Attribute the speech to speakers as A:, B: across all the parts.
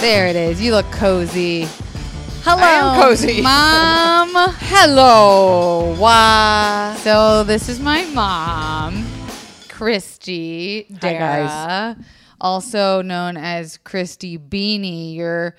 A: There it is. You look cozy. Hello.
B: am cozy.
A: Mom.
B: Hello. Why?
A: so this is my mom, Christy
B: Hi,
A: Dara,
B: guys.
A: also known as Christy Beanie. Your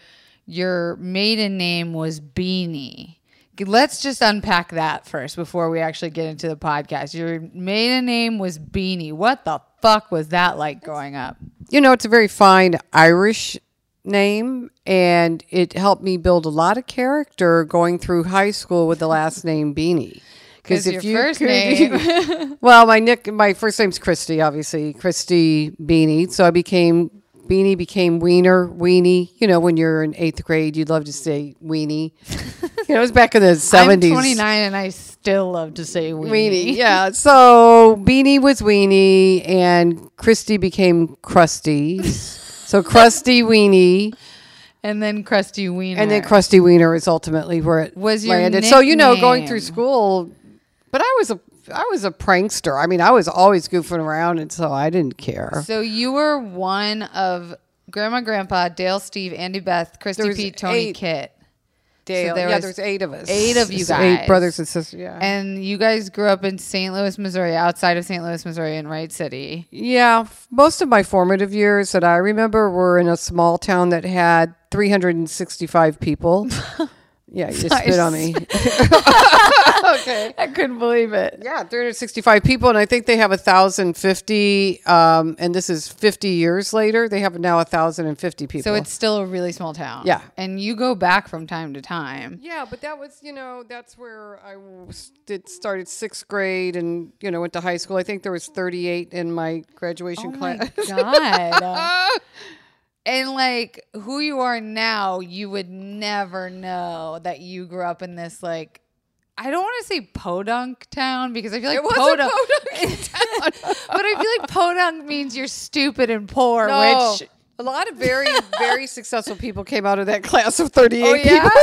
A: your maiden name was Beanie. Let's just unpack that first before we actually get into the podcast. Your maiden name was Beanie. What the fuck was that like growing up?
B: You know, it's a very fine Irish name, and it helped me build a lot of character going through high school with the last name Beanie.
A: 'Cause your first name-
B: well, my nick, my first name's Christy, obviously Christy Beanie. So I became Beanie became Wiener Weenie. You know, when you're in eighth grade, you'd love to say Weenie. you know, it was back in the 70s
A: I'm 29 and I still love to say weenie.
B: Weenie. Yeah. So Beanie was Weenie and Christy became Krusty. so Krusty Weenie
A: And then crusty wiener.
B: and then Krusty Wiener is ultimately where it
A: Was your
B: landed. So you know, going through
A: nickname.
B: school, but I was a I was a prankster. I mean, I was always goofing around, and so I didn't care.
A: So you were one of Grandma, Grandpa, Dale, Steve, Andy, Beth,
B: There
A: Christy,
B: was
A: Pete, Tony,
B: eight.
A: Kit,
B: Dale,
A: there
B: yeah,
A: was
B: there's eight of us,
A: eight of you
B: It's
A: guys.
B: eight brothers and sisters. Yeah,
A: and you guys grew up in St. Louis, Missouri, outside of St. Louis, Missouri, in Wright City.
B: Yeah, f- most of my formative years that I remember were in a small town that had 365 people. yeah, you just spit on me. okay.
A: I couldn't believe it.
B: Yeah, 365 people, and I think they have 1,050. Um, and this is 50 years later. They have now 1,050 people.
A: So it's still a really small town.
B: Yeah.
A: and you go back from time to time.
B: Yeah, but that was, you know, that's where I was- did started sixth grade and, you know, went to high school. I think there was 38 in my graduation
A: Oh
B: class.
A: my god! and like who you are now, you would never know that you grew up in this like. I don't want to say podunk town because I feel like
B: It was a
A: podunk but I feel like podunk means you're stupid and poor,
B: No.
A: which
B: Oh, a lot of very very successful people came out of that class of 38
A: oh yeah,
B: people.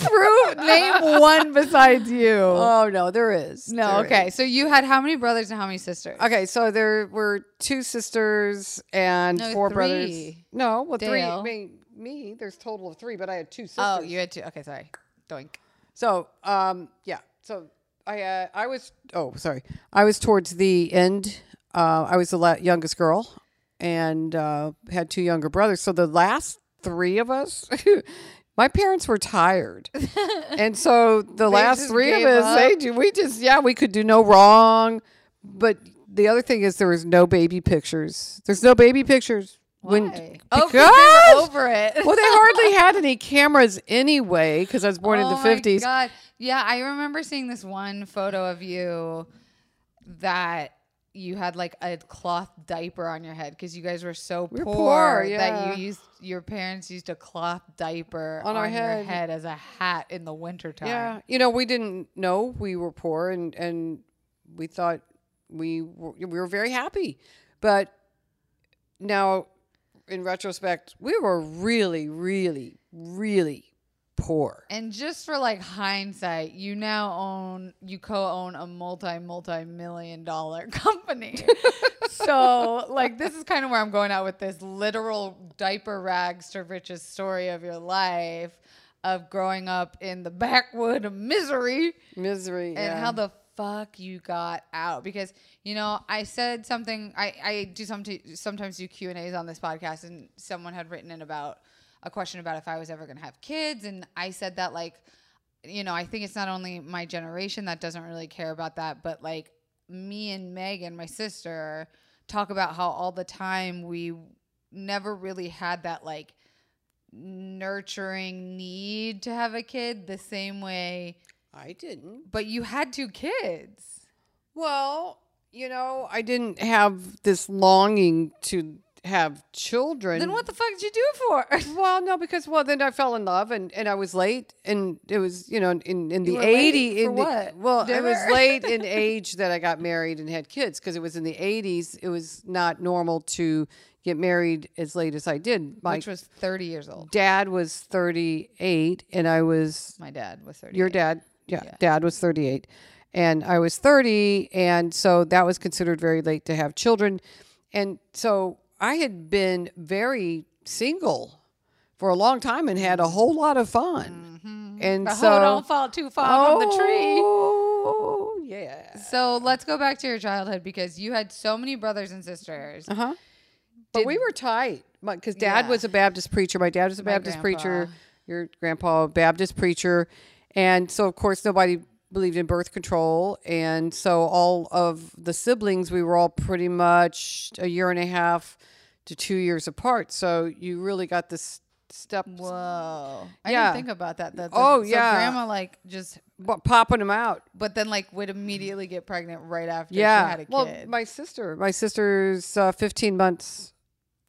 A: prove name one besides you.
B: Oh no, there is.
A: no,
B: There
A: okay.
B: is.
A: So you had how many brothers and how many sisters?
B: Okay, so there were two sisters and
A: No,
B: four brothers.
A: three.
B: No, well three.
A: Dale.
B: I mean, me, there's total of 3, but I had two sisters.
A: Oh, you had two. Okay, sorry. Doink.
B: So, um, yeah. So I, uh, I was. Oh, sorry. I was towards the end. Uh, I was the la- youngest girl, and uh, had two younger brothers. So the last three of us, my parents were tired, and so the last
A: just
B: three of
A: gave
B: us, they
A: up?
B: ju- we just yeah, we could do no wrong. But the other thing is, there was no baby pictures. There's no baby pictures.
A: Why? Oh, 'cause they were
B: Because-
A: over it.
B: well, they hardly had any cameras anyway because I was born in the
A: Oh my
B: 50s.
A: God. Yeah, I remember seeing this one photo of you that you had like a cloth diaper on your head because you guys were so
B: were
A: poor,
B: poor, yeah.
A: that you used your parents used a cloth diaper
B: On our
A: your
B: head.
A: head as a hat in the wintertime.
B: Yeah, you know, we didn't know we were poor, and and we thought we were, we were very happy, but now in retrospect, we were really, really, really poor.
A: And just for like hindsight, you now own you co-own a multi multi million dollar company. so like this is kind of where I'm going out with this literal diaper rags to riches story of your life of growing up in the backwood of misery
B: Misery
A: and
B: yeah.
A: how the fuck you got out because you know i said something i, I do some sometimes do q and a's on this podcast and someone had written in about a question about if i was ever going to have kids and i said that like you know i think it's not only my generation that doesn't really care about that but like me and megan my sister talk about how all the time we never really had that like nurturing need to have a kid the same way
B: I didn't.
A: but you had two kids.
B: Well, you know, I didn't have this longing to have children.
A: Then what the fuck did you do it for?
B: Well, no, because well, then I fell in love and, and I was late, and it was you know in in
A: were
B: the
A: late
B: eighty
A: for
B: in the-
A: what?
B: well, I was
A: Dinner?
B: late in age that I got married and had kids because it was in the eighties. It was not normal to get married as late as I did. My
A: Which was 30 years old.
B: dad was thirty eight, and I was
A: My dad was 30.
B: your dad. Yeah, dad was thirty eight, and I was thirty, and so that was considered very late to have children, and so I had been very single. for a long time and
C: Mm-hmm.
B: had a whole lot of fun. And
C: But
B: so
C: oh, don't fall too far from the tree.
B: Oh, yeah.
C: So let's go back to your childhood because you had so many brothers and sisters.
B: Uh huh. But
C: Uh-huh. Did-
B: we were tight because dad
C: Yeah.
B: was a Baptist preacher. My dad was a Baptist preacher.
C: grandpa.
B: Your grandpa, a Baptist preacher. And so, of course, nobody believed in birth control. And so, all of the siblings, we were all pretty much a year and a half to two years apart. So, you really got this step
C: Whoa. I
B: Yeah.
C: didn't think about that. That's
B: Oh,
C: so
B: yeah.
C: grandma like just
B: bu- popping them out.
C: but then like would immediately get pregnant right after she had a kid.
B: Well, my sister, my sister's uh, 15 months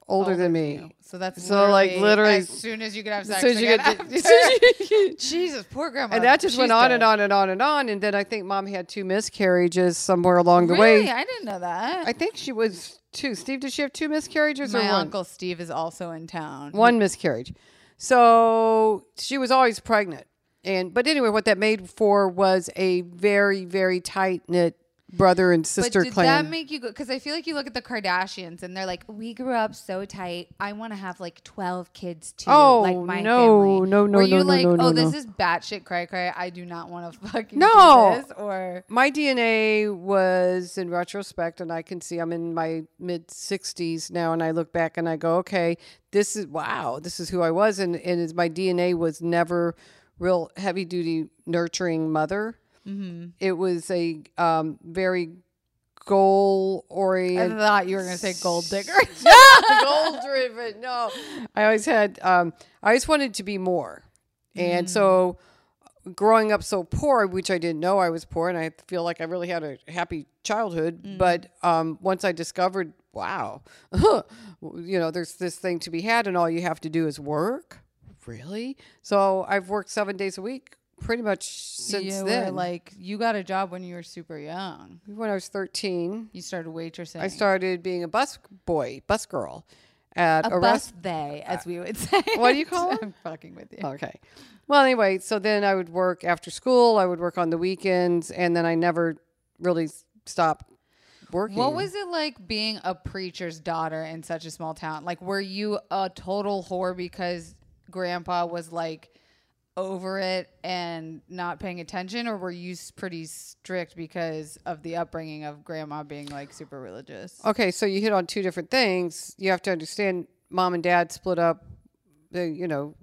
B: older, than me.
C: So that's
B: So, like, literally-
C: as soon as you could have sex.
B: soon as you
C: again
B: get- as
C: after.
B: soon as you-
C: Jesus, poor grandma.
B: and that just went
C: She's
B: on and
C: dead.
B: on and on and on. And then I think mom had two miscarriages somewhere along the
C: Really,
B: way.
C: I didn't know that.
B: I think she was two. Steve, did she have two miscarriages or
C: my
B: one?
C: uncle Steve is also in town.
B: One miscarriage. So she was always pregnant. And but anyway, what that made for was a very very tight knit brother and
C: But
B: sister
C: did
B: clan.
C: that make you go? Because I feel like you look at the Kardashians and they're like, "We grew up so tight. I want to have like twelve kids too,
B: Oh,
C: like my
B: no,
C: family."
B: no, no,
C: Were you
B: no, no,
C: like,
B: no,
C: "Oh,
B: no,
C: this
B: no.
C: is batshit cray cray. I do not want to fucking
B: No.
C: do this." Or
B: my DNA was in retrospect, and I can see I'm in my mid 60s now, and I look back and I go, okay, this is wow, this is who I was, and and it's, my DNA was never real heavy duty nurturing mother.
C: mm-hmm.
B: It was a um, very goal
C: I
B: oriented,
C: thought you were gonna say gold digger.
B: goal driven. No, I always had, um, I always wanted to be more, and so growing up so poor, which I didn't know I was poor, and I feel like I really had a happy childhood. But um, once I discovered, wow, you know, there's this thing to be had, and all you have to do is work. Really? So I've worked seven days a week pretty much since
C: you
B: then.
C: were like, you got a job when you were super young.
B: when I was 13,
C: You started waitressing.
B: I started being a bus boy, bus girl at
C: a
B: a, restaurant.
C: bus they, as we would say.
B: what do you call it?
C: I'm fucking with you.
B: Okay. Well, anyway, so then I would work after school. I would work on the weekends, and then I never really s- stopped working.
C: What was it like being a preacher's daughter in such a small town? Like, were you a total whore because grandpa was like over it and not paying attention, or were you s- pretty strict because of the upbringing of grandma being like super religious?
B: Okay, so you hit on two different things. You have to understand, mom and dad split up. They, you know,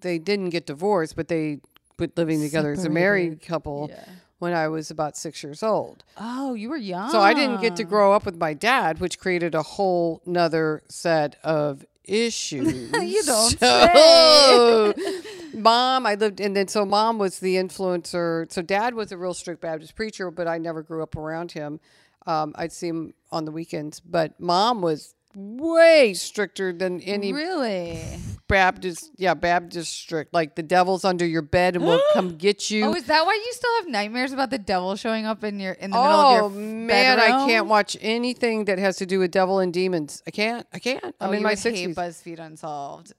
B: they didn't get divorced, but they quit living together as a married couple
C: Yeah.
B: when I was about six years old.
C: Oh, you were young.
B: So I didn't get to
C: Ah.
B: grow up with my dad, which created a whole nother set of issues.
C: You don't
B: so, Mom, I lived, and then so mom was the influencer. So dad was a real strict Baptist preacher, but I never grew up around him. Um, I'd see him on the weekends, but mom was way stricter than any
C: Really?
B: Baptist, yeah, Baptist strict. Like the devil's under your bed and will come get you.
C: Oh, is that why you still have nightmares about the devil showing up in your in the middle of your
B: Oh,
C: f-
B: man, I
C: bedroom?
B: can't watch anything that has to do with devil and demons. I can't. I can't. I'm
C: Oh,
B: in
C: you
B: my
C: would hate
B: sixties.
C: BuzzFeed Unsolved.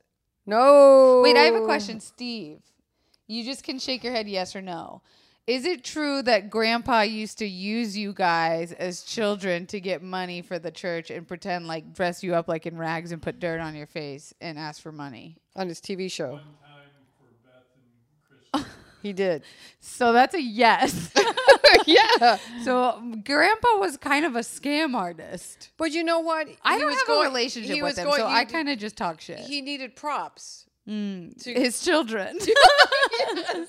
B: No.
C: Wait, I have a question, Steve. You just can shake your head yes or no. Is it true that grandpa used to use you guys as children to get money for the church and pretend like dress you up like in rags and put dirt on your face and ask for money?
B: on his TV show. He did.
C: So that's a yes.
B: yeah.
C: so um, grandpa was kind of a scam artist.
B: But you know what?
C: I
B: He
C: don't
B: was
C: have
B: going-
C: a relationship
B: he
C: with
B: was
C: him,
B: going-
C: so
B: he-
C: I kind of just talk shit.
B: he needed props to,
C: His children.
B: to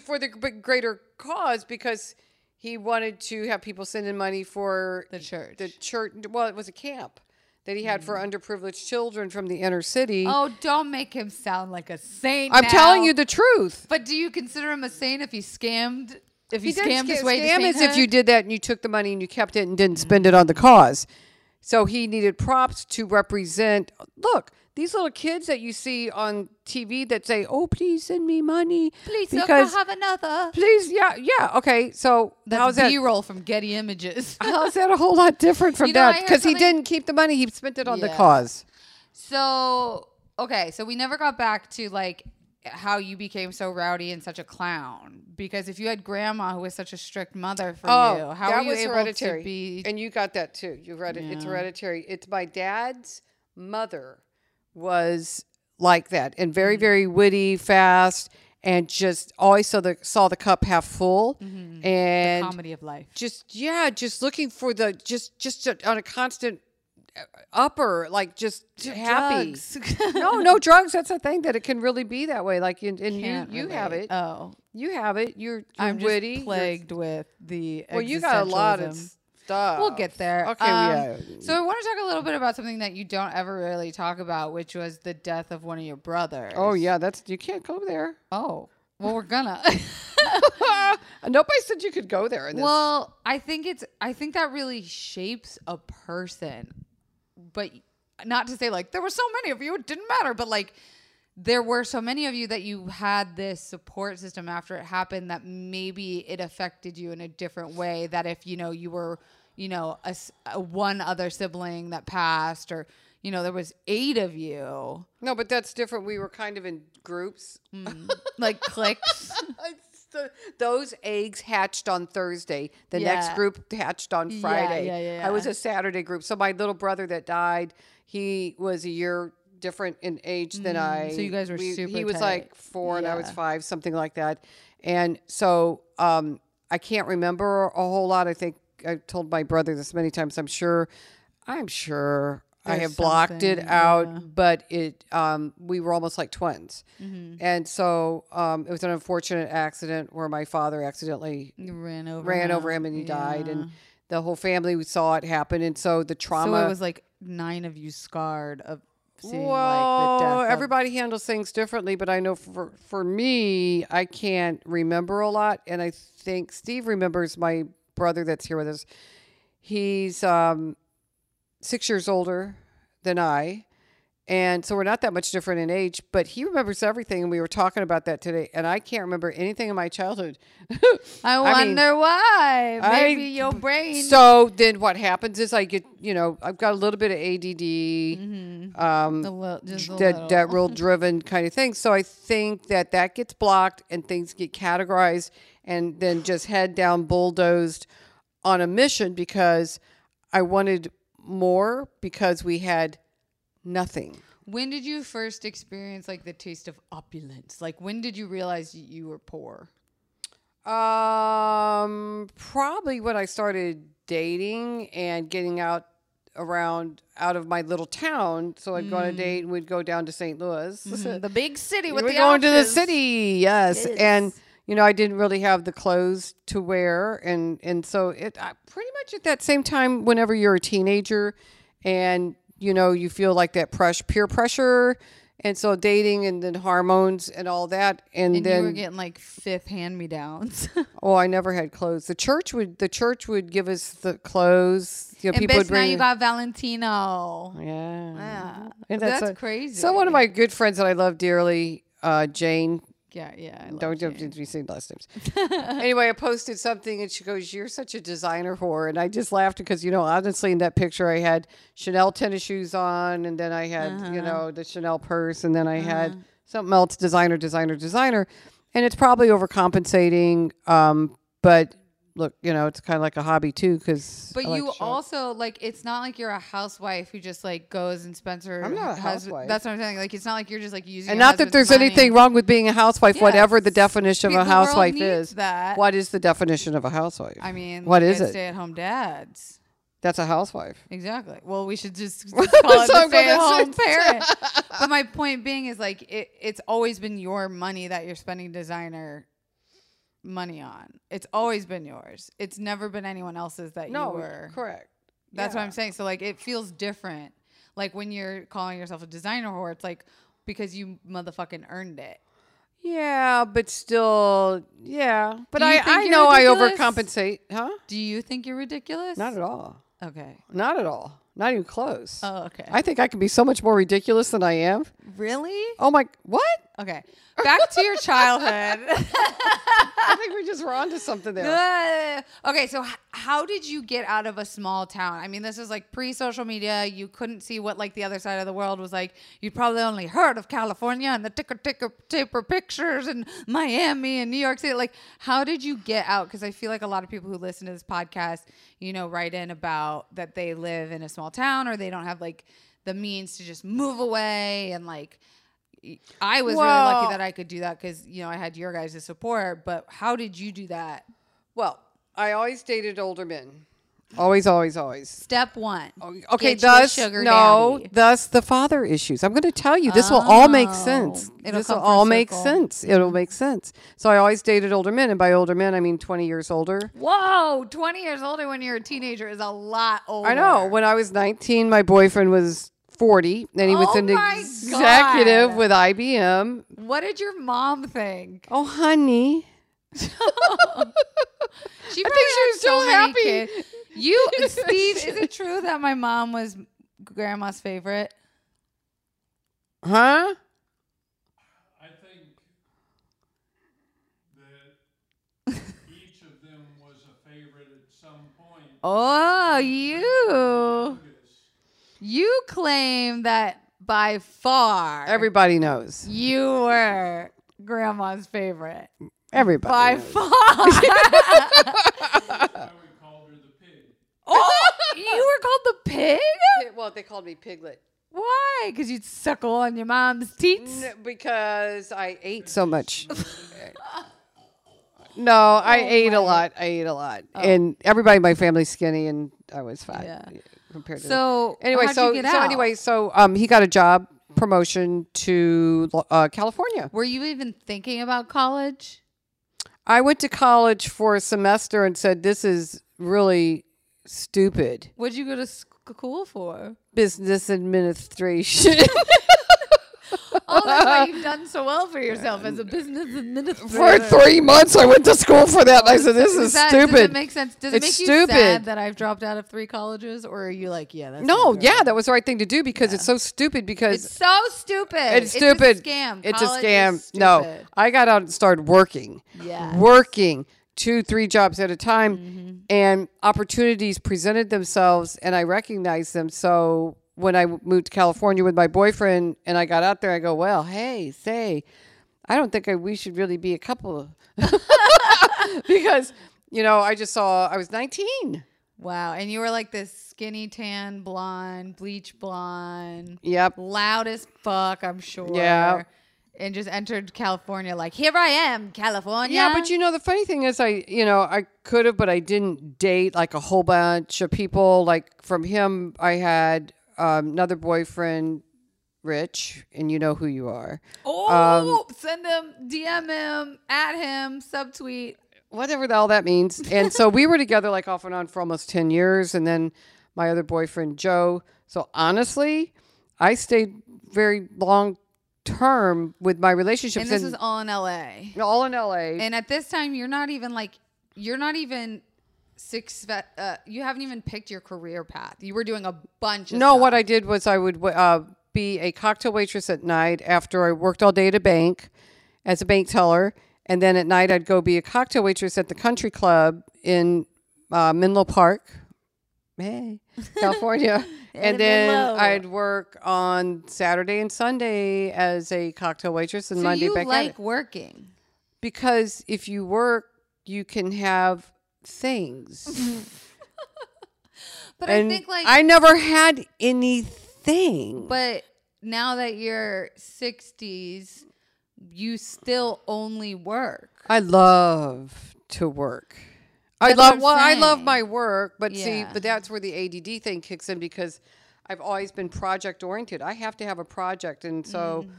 B: for the g- greater cause because he wanted to have people send in money for
C: The church.
B: The church. Well, it was a camp that he had for underprivileged children from the inner city.
C: Mm. oh, don't make him sound like a saint.
B: I'm telling
C: now.
B: you the truth.
C: But do you consider him a saint if he scammed? If he,
B: He did
C: scammed his
B: sca-
C: way
B: scam
C: to
B: is if you
C: sainthood?
B: did that and you took the money and you kept it and didn't spend it on the cause. So he needed props to represent. Look, these little kids that you see on TV that say, "Oh, please send me money,
C: please uh, look, I
B: because
C: have another.
B: please, yeah, yeah, okay." So how's
C: That's
B: that?
C: B-roll from Getty Images.
B: How's that a whole lot different from
C: You know, I
B: that?
C: heard
B: Because he
C: something-
B: didn't keep the money; he spent it on the
C: Yeah.
B: cause.
C: so okay, so we never got back to like how you became so rowdy and such a clown because if you had grandma who was such a strict mother for you, how
B: Oh, that
C: were you
B: was
C: able
B: hereditary.
C: to be?
B: And you got that too. You read it. It's hereditary. It's my dad's mother was like that and
C: Mm-hmm.
B: very very witty, fast, and just always saw the saw the cup half full
C: Mm-hmm.
B: and
A: Comedy of life.
B: just yeah, just looking for the just just a- on a constant uh, upper like just happy
A: Drugs.
B: no no drugs that's a thing that it can really be that way like and, and you
A: Can't
B: you have
A: relate.
B: it
C: Uh,
A: Oh,
B: you have it you're, you're
A: I'm just
B: witty you're-
A: plagued with the.
B: well you got a lot of
A: existentialism.
B: stuff
C: We'll get there.
B: okay
C: Um,
B: yeah
C: So I want to talk a little bit about something that you don't ever really talk about, which was the death of one of your brothers.
B: Oh yeah, that's you can't go there.
C: Oh. Well, we're gonna.
B: Nobody Uh, said you could go there. In this.
C: well, I think it's I think that really shapes a person. But not to say like there were so many of you it didn't matter, but like there were so many of you that you had this support system after it happened that maybe it affected you in a different way that if you know you were you know a, s- a one other sibling that passed or you know there was eight of you
B: no, but that's different. We were kind of in groups.
C: like clicks
B: It's the- Those eggs hatched on Thursday. The next
A: Yeah.
B: group hatched on Friday.
A: yeah, yeah,
B: I was
A: yeah.
B: a Saturday group. So my little brother that died, he was a year different in age than I.
C: so you guys were
B: He
C: super
B: was
C: tight.
B: like four and I was
A: Yeah.
B: five, something like that. And so um, I can't remember a whole lot. I think I told my brother this many times. I'm sure. I'm sure. I
A: There's
B: have blocked it
A: something,
B: out,
A: yeah.
B: but it um, we were almost like twins, and so um, it was an unfortunate accident where my father accidentally
C: You ran over
B: ran over him and he died, and the whole family saw it happen, and so the trauma.
C: So it was like nine of you scarred of seeing
B: well,
C: like the death.
B: everybody handles things differently, but I know for for me, I can't remember a lot, and I think Steve remembers my brother that's here with us. He's um, six years older than I, and so we're not that much different in age. But he remembers everything, and we were talking about that today. And I can't remember anything in my childhood.
C: Of,
B: I
C: I
B: mean,
C: wonder why.
B: I-
C: Maybe your brain.
B: so then, what happens is I get you know I've got a little bit of ADD. Um,
C: a little, just a
B: that that
C: little.
B: real driven kind of thing. So I think that that gets blocked and things get categorized and then just head down bulldozed on a mission because I wanted more because we had nothing.
C: when did you first experience like the taste of opulence? Like when did you realize y- you were poor?
B: Um, probably when I started dating and getting out around out of my little town. So I'd go on a date and we'd go down to St. Louis.
C: The big city with
B: we're
C: the
B: going to the
C: ounces.
B: city yes
A: Yes.
B: and you know i didn't really have the clothes to wear and and so it I, pretty much at that same time whenever you're a teenager and you know you feel like that pressure peer pressure and so dating and then hormones and all that and,
C: And
B: then
C: you were getting like fifth hand me downs.
B: oh i never had clothes the church would the church would give us the clothes you know,
C: and
B: people would
C: bitch, now
B: bring
C: you got Valentino.
B: yeah,
C: Yeah.
B: And
C: That's
B: a-
C: crazy.
B: so one of my good friends that i love dearly uh, jane
A: Yeah, yeah. I love
B: Don't
A: Jane.
B: have to be seen last names. anyway, I posted something and she goes, You're such a designer whore. And I just laughed because, you know, honestly, in that picture, I had Chanel tennis shoes on and then I had,
C: Uh-huh.
B: you know, the Chanel purse and then I had something else designer, designer, designer. And it's probably overcompensating. Um, but look, you know, it's kind of like a hobby too because.
C: But you also like it's not like you're a housewife who just like goes and spends her.
B: I'm not a
C: hus-
B: housewife.
C: That's what I'm saying. Like it's not like you're just like using.
B: And
C: your
B: not that
C: husband's
B: there's
C: money.
B: anything wrong with being a housewife, whatever the
C: Yes.
B: definition of
C: Pe-
B: a
C: the world
B: housewife
C: needs
B: is.
C: that.
B: What is the definition of a housewife?
C: I mean,
B: What
C: look
B: is
C: at
B: it?
C: Stay-at-home dads.
B: That's a housewife.
C: Exactly. Well, we should just, just call it
B: So
C: the
B: I'm gonna
C: stay-at-home
B: say-
C: parent. but my point being is like it, it's always been your money that you're spending designer money on. It's always been yours. It's never been anyone else's that you were.
B: correct.
C: That's what
B: Yeah.
C: I'm saying. So like it feels different. Like when you're calling yourself a designer whore, it's like because you motherfucking earned it.
B: Yeah, but still, yeah. But
C: Do you
B: I,
C: think
B: I
C: you're
B: know
C: ridiculous?
B: I overcompensate, huh?
C: Do you think you're ridiculous?
B: Not at all.
C: Okay.
B: Not at all. Not even close.
C: Oh, okay.
B: I think I can be so much more ridiculous than I am.
C: really?
B: Oh my, what?
C: Okay. Back to your childhood.
B: I think we just were onto something there.
C: Uh, okay, so h- how did you get out of a small town? I mean, this is like pre-social media. You couldn't see what like the other side of the world was like. You'd probably only heard of California and the ticker ticker taper pictures and Miami and New York City. Like, how did you get out? Because I feel like a lot of people who listen to this podcast, you know, write in about that they live in a small town or they don't have like the means to just move away and like I was really
B: Well-
C: lucky that I could do that because you know I had your guys' support. But how did you do that?
B: Well, I always dated older men. Always, always, always.
C: Step one.
B: Okay,
C: Get you a
B: thus
C: sugar
B: no,
C: daddy.
B: thus the father issues. I'm going to tell you this will all make sense.
C: Oh, it'll
B: this will
C: come full
B: all make
C: circle.
B: sense. It'll make sense. So I always dated older men, and by older men I mean 20 years older.
C: Whoa, twenty years older when you're a teenager is a lot older.
B: I know. When I was 19, my boyfriend was 40, and he was
C: Oh
B: an
C: my
B: executive
C: God.
B: with IBM.
C: What did your mom think?
B: Oh, honey.
C: She probably
B: she was so
C: had
B: happy.
C: many kids. You, Steve, is it true that my mom was grandma's favorite?
B: Huh?
D: I think that each of them was a favorite at some point.
C: Oh, you. You claim that by far
B: Everybody knows.
C: you were grandma's favorite.
B: Everybody.
C: By
B: knows.
C: far.
D: I would call her the pig.
C: oh, you were called the pig?
B: Well, they called me Piglet
C: Why? Because you'd suckle on your mom's teats?
B: N- because I ate so much. no, I
C: Oh
B: ate a lot. I ate a lot, and everybody in my family's skinny, and I was fat
C: Yeah.
B: compared to.
C: So
B: anyway,
C: how'd
B: so
C: you
B: so
C: get out?
B: anyway, so um, he got a job promotion to uh, California.
C: were you even thinking about college?
B: I went to college for a semester and said, "This is really stupid."
C: What'd you go to school for?
B: Business administration.
C: Oh, that's why you've done so well for yourself as a business
B: for
C: administrator.
B: three months, I went to school for that. And I said, "This is
C: Does that-
B: stupid."
C: Does it make sense? Does it
B: It's
C: make you
B: stupid.
C: sad that I've dropped out of three colleges, or are you like, yeah, that's
B: No,
C: not
B: yeah, that was the right thing to do because it's so stupid because
C: It's
B: it's,
C: so stupid. It's
B: stupid.
C: a scam.
B: It's
C: College
B: a
C: is
B: scam. No.
C: stupid.
B: I got out and started working.
C: Yes. Mm-hmm.
B: Working two, three jobs at a time and opportunities presented themselves and I recognized them. So when I moved to California with my boyfriend and I got out there, I go, Well, hey, say, I don't think I, we should really be a couple because, you know, I just saw I was 19.
C: Wow. And you were like this skinny, tan, blonde, bleach blonde,
B: Yep.
C: loud as fuck, I'm sure.
B: Yeah.
C: And just entered California like, here I am, California.
B: Yeah, but you know the funny thing is, I you know I could have, but I didn't date like a whole bunch of people. Like from him, I had um, another boyfriend, Rich, and you know who you are.
C: Oh,
B: um,
C: send him, DM him, at him, subtweet.
B: whatever the hell that means. And so we were together like off and on for almost 10 years. And then my other boyfriend, Joe. So honestly, I stayed very long term with my relationships.
C: And this was all in LA.
B: all in LA.
C: And at this time, you're not even like, you're not even six. Uh, you haven't even picked your career path. You were doing a bunch. of
B: No,
C: stuff.
B: what I did was I would uh, be a cocktail waitress at night after I worked all day at a bank as a bank teller. And then at night, I'd go be a cocktail waitress at the country club in uh, Menlo Park, hey, California. and then
C: Menlo.
B: I'd work on Saturday and Sunday as a cocktail waitress and
C: So
B: Monday
C: you
B: back at
C: like
B: it.
C: working.
B: Because if you work, you can have things.
C: But
B: and
C: I think like,
B: I never had anything.
C: but now that you're 60s, you still only work.
B: I love to work. I
C: That's
B: love well,
C: what
B: I
C: I'm
B: love
C: saying.
B: my work, but see,
C: Yeah.
B: but that's where the ADD thing kicks in because I've always been project oriented. I have to have a project, and so
C: Mm.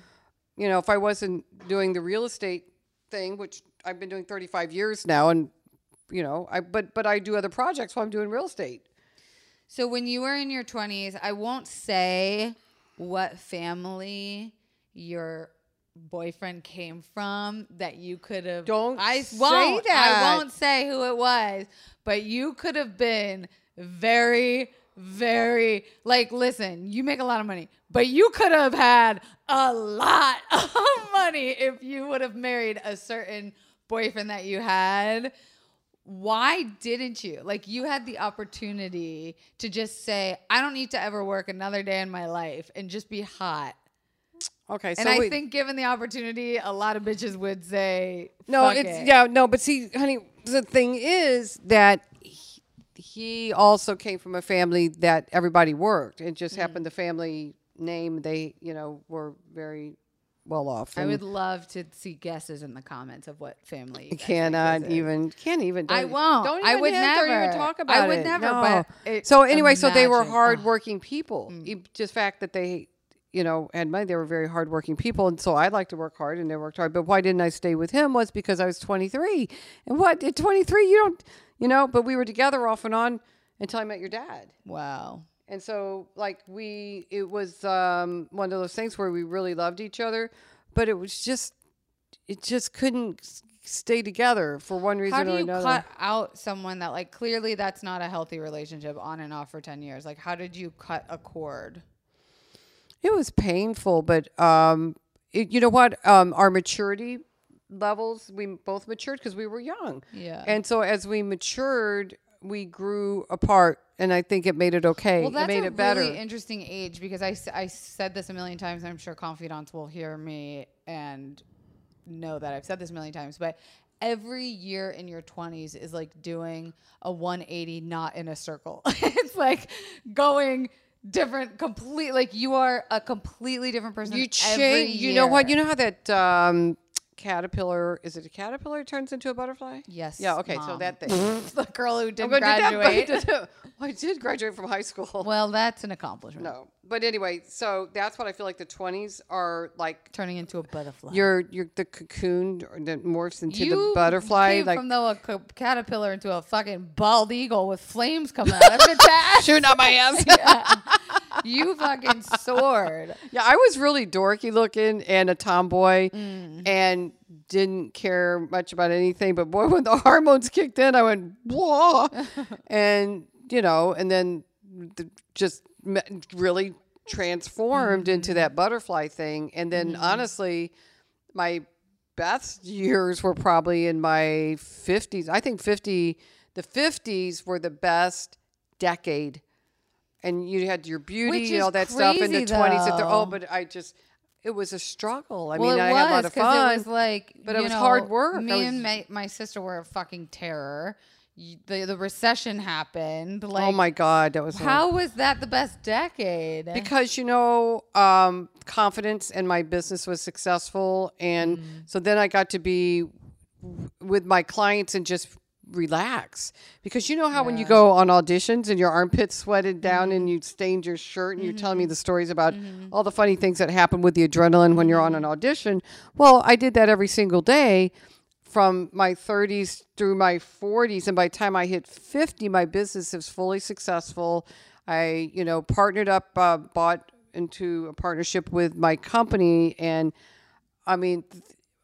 B: you know, if I wasn't doing the real estate thing, which I've been doing 35 years now, and you know, I but but I do other projects while I'm doing real estate.
C: So when you were in your 20s, I won't say what family your boyfriend came from that you could have.
B: Don't
C: I
B: say
C: won't,
B: that.
C: I won't say who it was, but you could have been very, very like. Listen, you make a lot of money, but you could have had a lot of money if you would have married a certain boyfriend that you had why didn't you? Like, you had the opportunity to just say, I don't need to ever work another day in my life and just be hot.
B: Okay, so
C: and I
B: we-
C: think, given the opportunity, a lot of bitches would say,
B: No,
C: "Fuck
B: it's
C: it."
B: yeah, no, but see, honey, the thing is that he, he also came from a family that
C: Mm.
B: everybody worked. It just happened the family name they, you know, were very well off.
C: I
B: and
C: would love to see guesses in the comments of what family. You guys
B: cannot
C: think is it.
B: even can't even.
C: I
B: don't-
C: won't.
B: Don't even
C: I would
B: hint
C: never.
B: or even talk about
C: I would
B: it.
C: never.
B: No.
C: But it-
B: so anyway, so they were
C: imagine. Mm. Ugh.
B: hardworking people. E- Just fact that they, you know, had money. They were very hardworking people, and so I like to work hard, and they worked hard. But why didn't I stay with him? Was because I was 23, and what at 23 you don't, you know. But we were together off and on until I met your dad.
C: Wow.
B: And so, like, we, it was um, one of those things where we really loved each other, but it was just, it just couldn't s- stay together for one reason
C: How do
B: or
C: you
B: another.
C: cut out someone that like clearly that's not a healthy relationship on and off for ten years? Like, how did you cut a cord?
B: It was painful, but um, it, you know what? Um, our maturity levels, we both matured because we were young.
C: Yeah.
B: And so as we matured, we grew apart, and I think it made it okay.
C: Well, that's
B: it made
C: a
B: it better.
C: really interesting age because I, s- I said this a million times. And I'm sure confidants will hear me and know that I've said this a million times. But every year in your 20s is like doing a 180 not in a circle. it's like going different, complete. Like you are a completely different person.
B: you
C: Every
B: change. You know what? You
C: year.
B: know how that um, caterpillar is it a caterpillar turns into a butterfly?
C: Yes.
B: Yeah. Okay. So
C: Mom.
B: that thing.
C: the girl who didn't
B: But did that-
C: graduate.
B: I did graduate from high school.
C: well, that's an accomplishment.
B: no, but anyway, so that's what I feel like the twenties are like.
C: Turning into a butterfly.
B: You're you're the cocoon or that morphs into the butterfly,
C: came
B: like
C: from the a ca- caterpillar into a fucking bald eagle with flames coming out of its ass.
B: shooting out my ass.
C: You fucking soared.
B: Yeah, I was really dorky looking and a tomboy
C: Mm.
B: and didn't care much about anything. But boy, when the hormones kicked in, I went, whoa. and, you know, and then th- just me- really transformed
C: Mm.
B: into that butterfly thing. And then honestly, my best years were probably in my 50s. I think 50, the 50s were the best decade. And you had your
C: Which
B: beauty
C: is
B: and all that stuff in the
C: crazy,
B: 20s. and the-
C: though.
B: Oh, but I just, it was a struggle. I
C: Uh-huh. Well,
B: mean,
C: it
B: I
C: was
B: had a lot of
C: 'cause
B: fun.
C: It was like,
B: but it
C: you
B: was
C: know,
B: hard work. I
C: Me
B: was-
C: and my, my sister were a fucking terror. Y- The the recession happened. Like,
B: oh my God, that was hard.
C: how was that the best decade?
B: because you know um, confidence and my business was successful and
C: Mm.
B: so then i got to be w- with my clients and just relax because you know how when you go on auditions and your armpits sweated down and you stained your shirt and you're telling me the stories about all the funny things that happen with the adrenaline when you're on an audition well i did that every single day from my 30s through my 40s and by the time i hit 50 my business is fully successful i you know partnered up uh, bought into a partnership with my company and i mean th-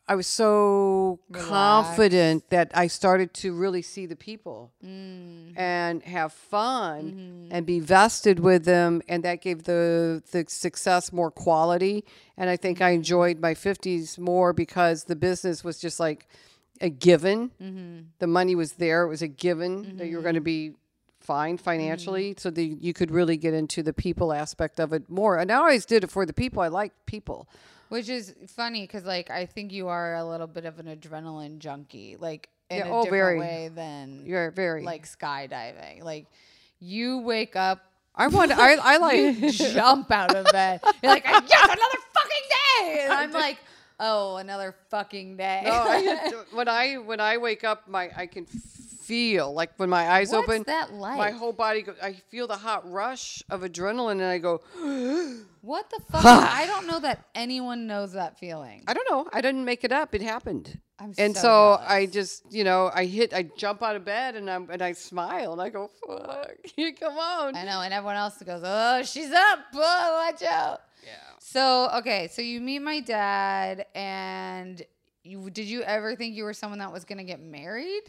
B: i was so confident that i started to really see the people and have fun and be vested with them and that gave the the success more quality and i think i enjoyed my 50s more because the business was just like a given the money was there it was a given that you were going to be fine financially so that you could really get into the people aspect of it more and i always did it for the people i like people
C: Which is funny because, like, I think you are a little bit of an adrenaline junkie, like in
B: Yeah,
C: a
B: oh,
C: different
B: very.
C: way than
B: you're very
C: like skydiving. Like, you wake up,
B: i want i, I like
C: jump out of bed. You're like, yes, another fucking day. And I'm like, oh, another fucking day.
B: No, I, when I when I wake up, my I can feel like when my eyes
C: What's
B: open,
C: that
B: my
C: like?
B: whole body. Go, I feel the hot rush of adrenaline, and I go.
C: what the fuck? I don't know that anyone knows that feeling.
B: I don't know. I didn't make it up. It happened.
C: I'm
B: and
C: so
B: so, I
C: jealous.
B: just, you know, I hit, I jump out of bed and I'm, and I smile and I go, fuck, come on.
C: I know, and everyone else goes, "Oh, she's up! Oh, watch out!" Yeah. So okay, so you meet my dad, and you did you ever think you were someone that was gonna get married?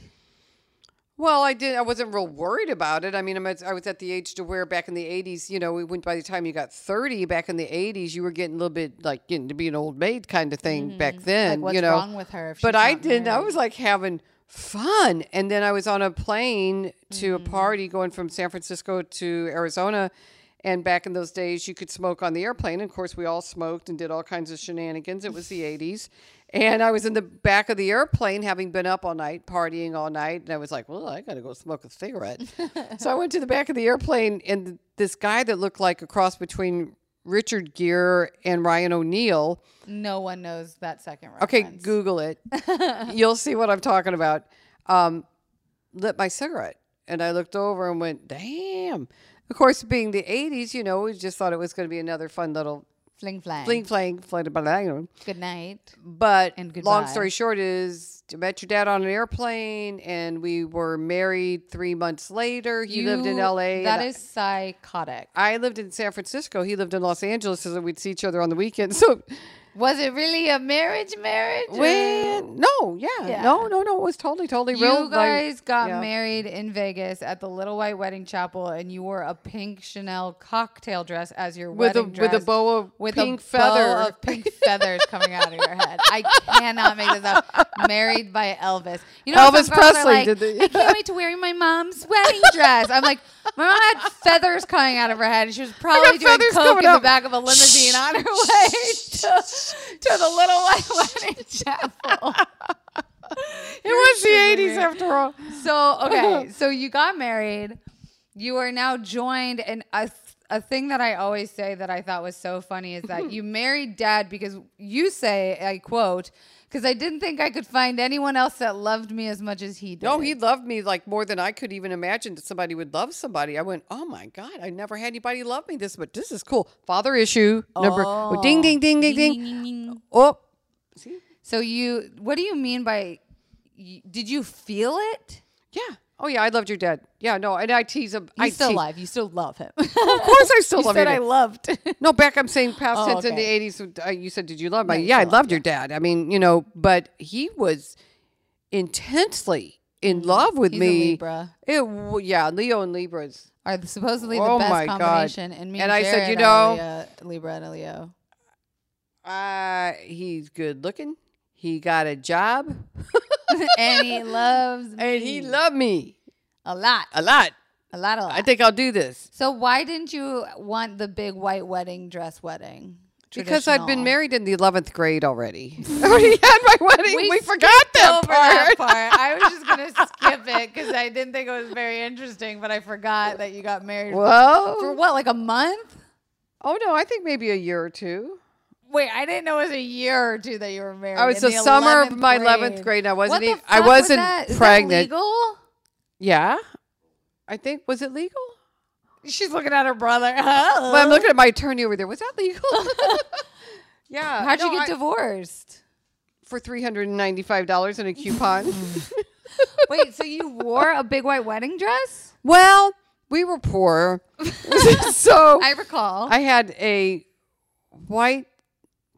B: Well, I did. I wasn't real worried about it. I mean, I'm at, I was at the age to where back in the '80s, you know, we went by the time you got 30. Back in the '80s, you were getting a little bit like getting to be an old maid kind of thing back then.
C: Mm-hmm. what's
B: you know,
C: wrong with her if she's
B: but I
C: not
B: didn't. I
C: married?
B: was like having fun, and then I was on a plane to a party going from San Francisco to Arizona. And back in those days, you could smoke on the airplane. And of course, we all smoked and did all kinds of shenanigans. It was the 80s. And I was in the back of the airplane having been up all night, partying all night. And I was like, well, I got to go smoke a cigarette. so I went to the back of the airplane, and this guy that looked like a cross between Richard Gere and Ryan O'Neal.
C: No one knows that second reference.
B: Okay, Google it. You'll see what I'm talking about. Um, lit my cigarette, and I looked over and went, "Damn!" Of course, being the '80s, you know, we just thought it was going to be another fun little
C: Fling flang.
B: fling flang fling blah.
C: Good night.
B: But
C: And
B: long
C: goodbye.
B: story short is I met your dad on an airplane, and we were married three months later. He lived in
C: You-
B: L.A.
C: That
B: and
C: is psychotic.
B: I lived in San Francisco. He lived in Los Angeles, so that we'd see each other on the weekend. So,
C: Was it really a marriage? Marriage? or-
B: when, no, yeah,
C: Yeah.
B: no, no, no, it was totally, totally real.
C: You guys got
B: yeah.
C: married in Vegas at the Little White Wedding Chapel, and you wore a pink Chanel cocktail dress as your
B: with a
C: wedding dress.
B: with a bow of
C: with a
B: pink
C: bow
B: feather.
C: of pink feathers coming out of your head. I cannot make this up. Married by Elvis. You know,
B: Elvis
C: some girls are
B: Presley
C: like,
B: did the-
C: I can't wait to wear my mom's wedding dress. I'm like, my mom had feathers coming out of her head, and she was probably doing
B: feathers
C: coke
B: coming
C: in the
B: up.
C: back of a limousine on her way to, to the Little White Wedding Chapel.
B: it was the
C: shitting
B: '80s
C: me.
B: after all.
C: So okay, so you got married. You are now joined, and a th- a thing that I always say that I thought was so funny is that you married dad because you say, I quote, because I didn't think I could find anyone else that loved me as much as he did.
B: No, he loved me like more than I could even imagine that somebody would love somebody. I went, oh my god, I never had anybody love me this much. This is cool. Father issue number. Oh, ding, ding, ding, ding, ding. Oh,
C: So you, what do you mean by? y- Did you feel it?
B: yeah. Oh yeah, I loved your dad. Yeah, no, and I tease him. I
C: He's still
B: tease-
C: alive. You still love him.
B: Of course, I still
C: you
B: love
C: said
B: your
C: I
B: dad.
C: loved.
B: No, back I'm saying past
C: Oh,
B: tense in the
C: okay.
B: eighties. uh, You said, "Did you love my?" yeah, I loved your dad. I mean, you know, but he was intensely in love with
C: Mm-hmm. He's a
B: me.
C: Libra.
B: It w- yeah, Leo and Libras.
C: Are the- supposedly the
B: Oh my
C: best
B: God.
C: combination, and me and,
B: And I said,
C: Jared
B: you
C: are
B: know-
C: Lea- Libra and a Leo.
B: Uh, he's good looking. He got a job,
C: and he loves me
B: and he loved me
C: a lot,
B: a lot.
C: a lot, a lot.
B: I think I'll do this
C: so why didn't you want the big white wedding dress wedding?
B: because I'd been
C: Traditional.
B: married in the eleventh grade already. I already had my wedding.
C: We
B: We, forgot that
C: Over that
B: part.
C: part, I was just gonna skip it because I didn't think it was very interesting, but I forgot that you got married for
B: Well,
C: what, like a month?
B: oh no, I think maybe a year or two.
C: Wait, I didn't know it was a year or two that you were married.
B: I was
C: in
B: the Oh, summer of my 11th grade. I
C: What
B: wasn't.
C: the
B: Even,
C: fuck
B: I
C: was
B: wasn't
C: that? Is that
B: pregnant.
C: legal?
B: yeah, I think was it legal?
C: She's looking at her brother.
B: Well, I'm looking at my attorney over there. Was that legal? yeah.
C: How'd you
B: no,
C: get
B: I-
C: divorced?
B: for three hundred and ninety-five dollars in a coupon?
C: Wait, so you wore a big white wedding dress?
B: well, we were poor, so
C: I recall.
B: I had a white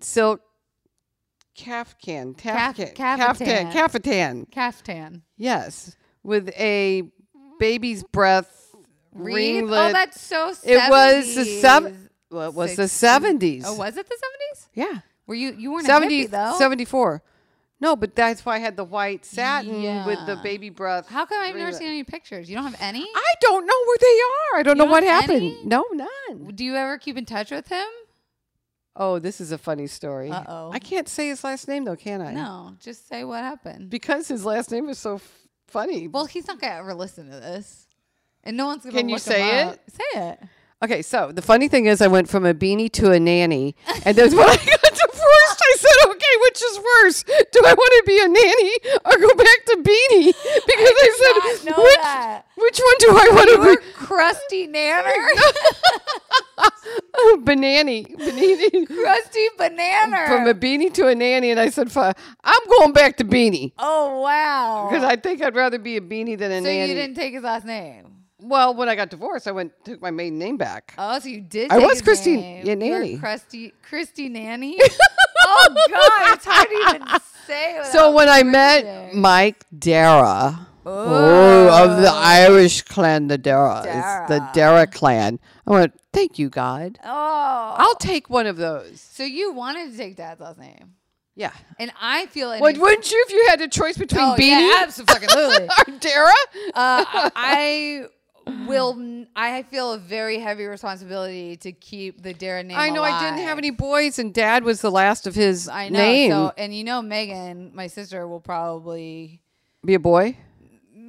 B: silk caftan,
C: Caf-
B: caftan, caftan,
C: caftan.
B: caftan.
C: caftan
B: Yes, with a baby's breath
C: wreath.
B: ringlet.
C: Oh, that's so. 70s.
B: It was the seven. Well, it was the
C: 60s.
B: seventies.
C: Oh, was it the seventies?
B: Yeah,
C: Were you you weren't 70, a
B: 70,
C: hippie though?
B: 74. No, but that's why I had the white satin with the
C: Yeah.
B: baby breath.
C: How come I've never
B: ringlet.
C: seen any pictures? You don't have any.
B: I don't know where they are. I don't know
C: don't
B: what
C: have
B: happened.
C: any?
B: No, none.
C: Do you ever keep in touch with him?
B: Oh, this is a funny story.
C: Uh-oh.
B: I can't say his last name though, can I?
C: No, just say what happened.
B: Because his last name is so f- funny.
C: well, he's not gonna ever listen to this, and no one's gonna.
B: Can you
C: look him
B: say
C: up. Say it.
B: Okay, so the funny thing is, I went from a beanie to a nanny, and then when I got divorced, I said, "Okay, which is worse? Do I want to be a nanny or go back to beanie?" Because I,
C: did
B: said,
C: not know
B: "Which
C: that."
B: which one do I want
C: You're
B: to
C: a crusty nanner,
B: be?" Oh, Banani, banani.
C: crusty banana.
B: From a beanie to a nanny, and I said, "Fi- "I'm going back to beanie
C: oh wow.
B: because I think I'd rather be a beanie than a
C: so
B: nanny."
C: you didn't take his last name.
B: well, when I got divorced, I went took my maiden name back.
C: Oh, so you did.
B: I
C: take
B: was
C: his
B: Christine-
C: name.
B: yeah,
C: You were
B: Nanny.
C: Crusty, Christy Nanny. oh God, it's hard to even say.
B: So
C: without
B: when I met
C: cursing.
B: Mike Dara, oh. of the Irish clan, the Dara, it's the Dara clan. I went, thank you, God.
C: oh,
B: I'll take one of those.
C: so you wanted to take Dad's last name,
B: Yeah.
C: and I feel it.
B: Well, wouldn't you if you had a choice between
C: oh,
B: Beanie
C: yeah, absolutely. uh,
B: or Dara?
C: I will. n- I feel a very heavy responsibility to keep the Dara name.
B: I know I didn't
C: alive.
B: have any boys, and Dad was the last of his
C: I know.
B: name.
C: So, and you know, Megan, my sister, will probably
B: Be a boy?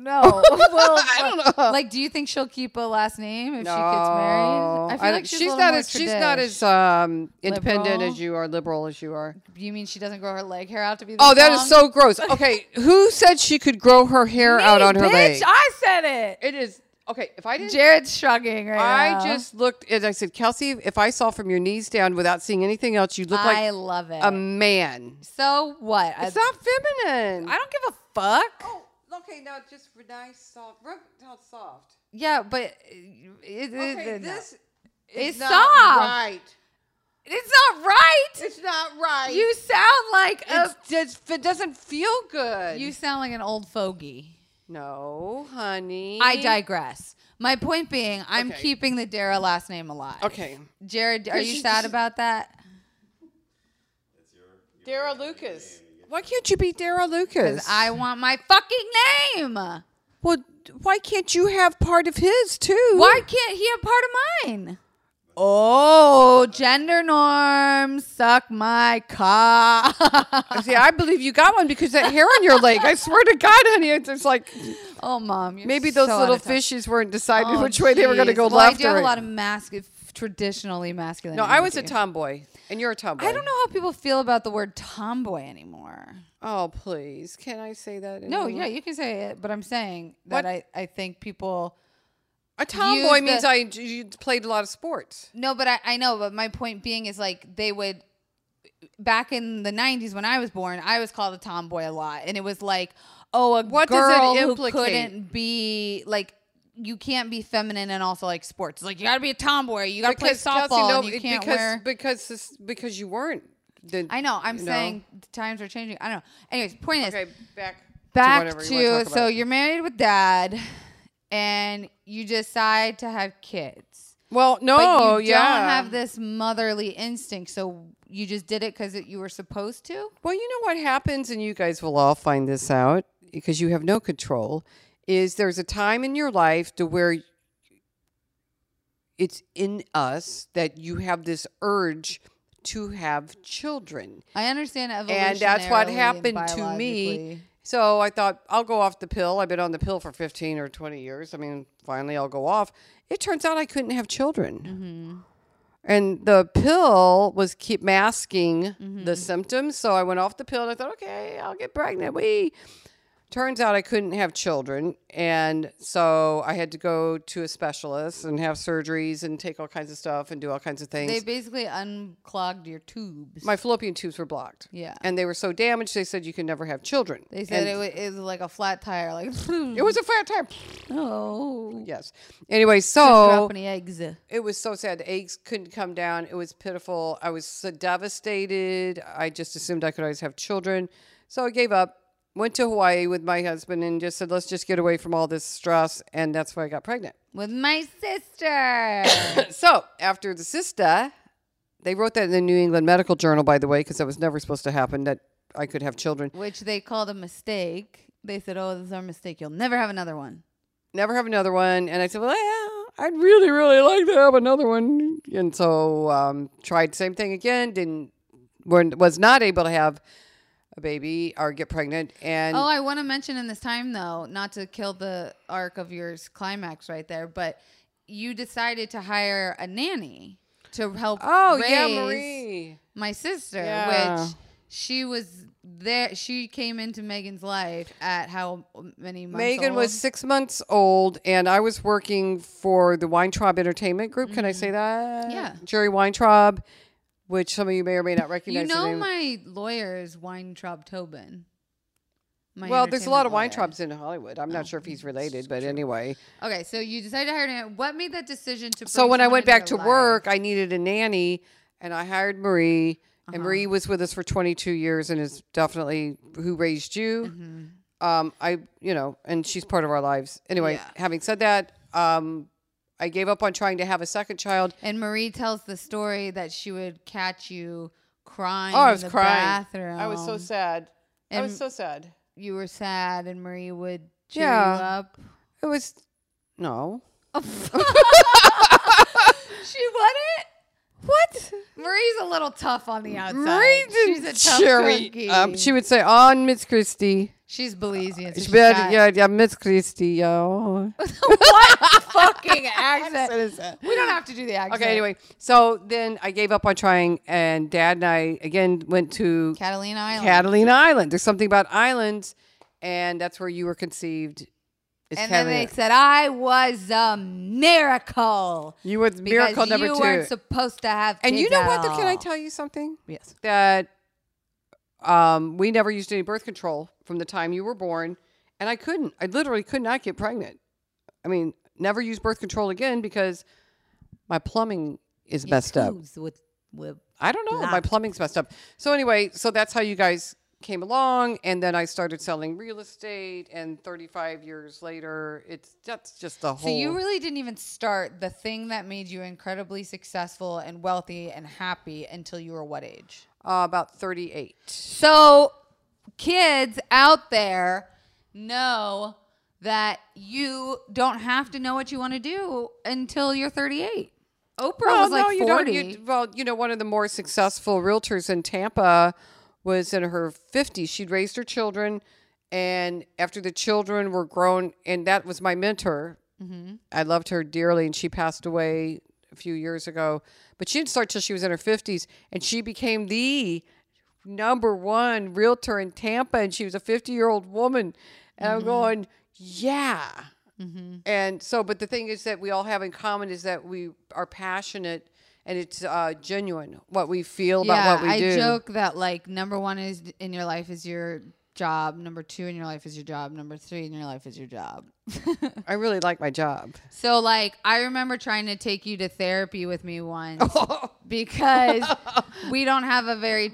A: No. well,
C: I don't know. Like, do you think she'll keep a last name if she gets married? I feel like she's, a little
B: not
C: more
B: as she's not
C: tradish.
B: as um, independent
C: Liberal.
B: as you are, liberal as you are.
C: You mean she doesn't grow her leg hair out to be? This
B: Oh, that is
C: long?
B: so gross. Okay, who said she could grow her hair out on her
A: bitch,
B: leg?
A: I said it.
B: it is okay. If I didn't,
C: Jared's shrugging right now.
B: I just looked and I said, Kelsey, if I saw from your knees down without seeing anything else, you look
C: I
B: like
C: love it.
B: a man.
C: um, so what? I,
B: It's not feminine.
C: I don't give a fuck.
B: Oh, okay. Now just nice, soft. Rub down soft.
C: Yeah, but it, it, it- It's
B: is
C: not soft. it's not right.
B: It's not right.
C: You sound like a.
B: it doesn't feel good.
C: You sound like an old fogey.
B: no, honey.
C: I digress. My point being, I'm
B: Okay.
C: keeping the Dara last name alive.
B: Okay.
C: Jared, are you
B: she's-
C: sad about that?
B: Dara Lucas. Why can't you be Dara Lucas?
C: Because I want my fucking name.
B: well, why can't you have part of his too?
C: Why can't he have part of mine? Oh, gender norms suck my cock.
B: See, I believe you got one because that hair on your leg. I swear to God, honey, it's just like
C: oh, mom, you're
B: maybe those
C: so
B: little
C: out of touch.
B: fishies weren't decided
C: Oh,
B: which way they were going to
C: jeez.
B: go
C: well,
B: left
C: I do have
B: or
C: a
B: right.
C: lot of masculine, traditionally masculine.
B: No, I was a
C: energy.
B: tomboy, and you're a tomboy.
C: I don't know how people feel about the word tomboy anymore.
B: Oh, please, can I say that? anymore?
C: No, Oh, yeah, you can say it, but I'm saying
B: What?
C: that I, I think people.
B: A tomboy
C: the-
B: means I you played a lot of sports.
C: No, but I, I know, but my point being is like they would back in the 90s when I was born, I was called a tomboy a lot and it was like, oh, a
B: What does it
C: girl who
B: implicate?
C: couldn't be like you can't be feminine and also like sports. Like you got to be a tomboy. You got to play softball and you
B: it-
C: can't
B: because
C: wear
B: because this- because you weren't. The,
C: I know. I'm
B: you
C: saying the times are changing. I don't know. Anyways, point is
B: Okay, back
C: back
B: whatever
C: to,
B: you wanna talk
C: so
B: about.
C: you're married with dad and you decide to have kids.
B: Well, no,
C: but you
B: yeah.
C: don't have this motherly instinct. So you just did it because you were supposed to.
B: Well, you know what happens, and you guys will all find this out because you have no control. Is there's a time in your life to where it's in us that you have this urge to have children.
C: I understand evolution,
B: and that's what happened to me. So I thought I'll go off the pill. I've been on the pill for 15 or 20 years. I mean, finally I'll go off. It turns out I couldn't have children. And the pill was keep masking the symptoms. So I went off the pill and I thought, okay, I'll get pregnant. We turns out I couldn't have children. And so I had to go to a specialist and have surgeries and take all kinds of stuff and do all kinds of things.
C: They basically unclogged your tubes.
B: My fallopian tubes were blocked.
C: Yeah.
B: And they were so damaged, they said you can never have children.
C: they said
B: And
C: it, wa- it was like a flat tire. Like
B: it was a flat tire.
C: oh,
B: Yes. Anyway,
C: drop
B: so
C: any eggs.
B: it was so sad. The eggs couldn't come down. It was pitiful. I was so devastated. I just assumed I could always have children. So I gave up, went to Hawaii with my husband, and just said, let's just get away from all this stress. And that's why I got pregnant.
C: With my sister.
B: so after the cysta, they wrote that in the New England Medical Journal, by the way, because that was never supposed to happen that I could have children.
C: Which they called a mistake. They said, "Oh, this is our mistake. You'll never have another one."
B: never have another one. And I said, well, yeah, I'd really, really like to have another one. And so um, tried same thing again. Didn't were, was not able to have a baby or get pregnant. And
C: Oh, I want to mention in this time though, not to kill the arc of your s- climax right there, but you decided to hire a nanny to help.
B: oh
C: raise
B: yeah, Marie.
C: my sister,
B: Yeah.
C: which she was there. She came into Megan's life at how many months?
B: Megan was
C: old?
B: six months old, and I was working for the Weintraub Entertainment Group. Can I say that?
C: Mm-hmm. Yeah.
B: Jerry Weintraub, which some of you may or may not
C: You
B: recognize. the
C: know,
B: name.
C: my lawyer is Weintraub Tobin. My
B: well, there's a lot of
C: entertainment lawyer. Oh,
B: Weintraubs in Hollywood. I'm not sure if he's related, but anyway.
C: Okay, so you decided to hire a nanny. What made that decision to?
B: So
C: bring
B: when I
C: someone
B: went
C: into
B: back to
C: your life?
B: work, I needed a nanny, and I hired Marie. And
C: Uh-huh.
B: Marie was with us for 22 years, and is definitely who raised you. Um, I, you know, and she's part of our lives. Anyway,
C: Mm-hmm. Yeah.
B: having said that, um, I gave up on trying to have a second child.
C: And Marie tells the story that she would catch you crying
B: Oh, I was
C: in the
B: crying.
C: bathroom.
B: I was so sad. I was
C: And-
B: so sad.
C: You were sad, and Marie would cheer
B: Yeah.
C: you up.
B: It was no.
C: She wouldn't. What? Marie's a little tough on the outside.
B: Marie
C: She's a
B: didn't
C: tough
B: cheer me
C: cookie.
B: up. She would say, "On "Oh, Miss Christie."
C: She's Belizean. So she's
B: Yeah,
C: got-
B: yeah, yeah, Miss Christie. Yeah. oh.
A: Fucking accent.
C: We don't have to do the accent.
B: Okay, anyway, so then I gave up on trying, and Dad and I again went to
C: Catalina Island.
B: Catalina Island. There's something about islands, and that's where you were conceived. It's
C: and then they
B: Catalina.
C: said I was a miracle.
B: you were miracle
C: because
B: number
C: you
B: two.
C: weren't supposed to have.
B: and you
C: kids
B: know
C: at
B: what? Though, can I
C: all.
B: tell you something?
C: Yes.
B: That um, we never used any birth control from the time you were born, and I couldn't. I literally could not get pregnant. I mean, never used birth control again because my plumbing is messed up.
A: Who's with, with
B: I don't know. My plumbing's messed up. So anyway, so that's how you guys came along, and then I started selling real estate, and 35 years later, it's that's just the
C: So
B: whole.
C: you really didn't even start the thing that made you incredibly successful and wealthy and happy until you were what age?
B: uh, about 38.
C: So, kids out there know that you don't have to know what you want to do until you're 38. Oprah was like
B: you
C: 40.
B: don't. You, well, you know, one of the more successful realtors in Tampa was in her 50s. She'd raised her children, and after the children were grown, and that was my mentor.
C: Mm-hmm.
B: I loved her dearly, and she passed away a few years ago. But she didn't start till she was in her 50s, and she became the number one realtor in Tampa, and she was a 50 year old woman. And I'm going, yeah. And so, but the thing is that we all have in common is that we are passionate and it's uh, genuine what we feel about what we
C: I
B: do.
C: joke that like number one is in your life is your job. Number two in your life is your job. Number three in your life is your job.
B: I really like my job.
C: So like I remember trying to take you to therapy with me once because we don't have a very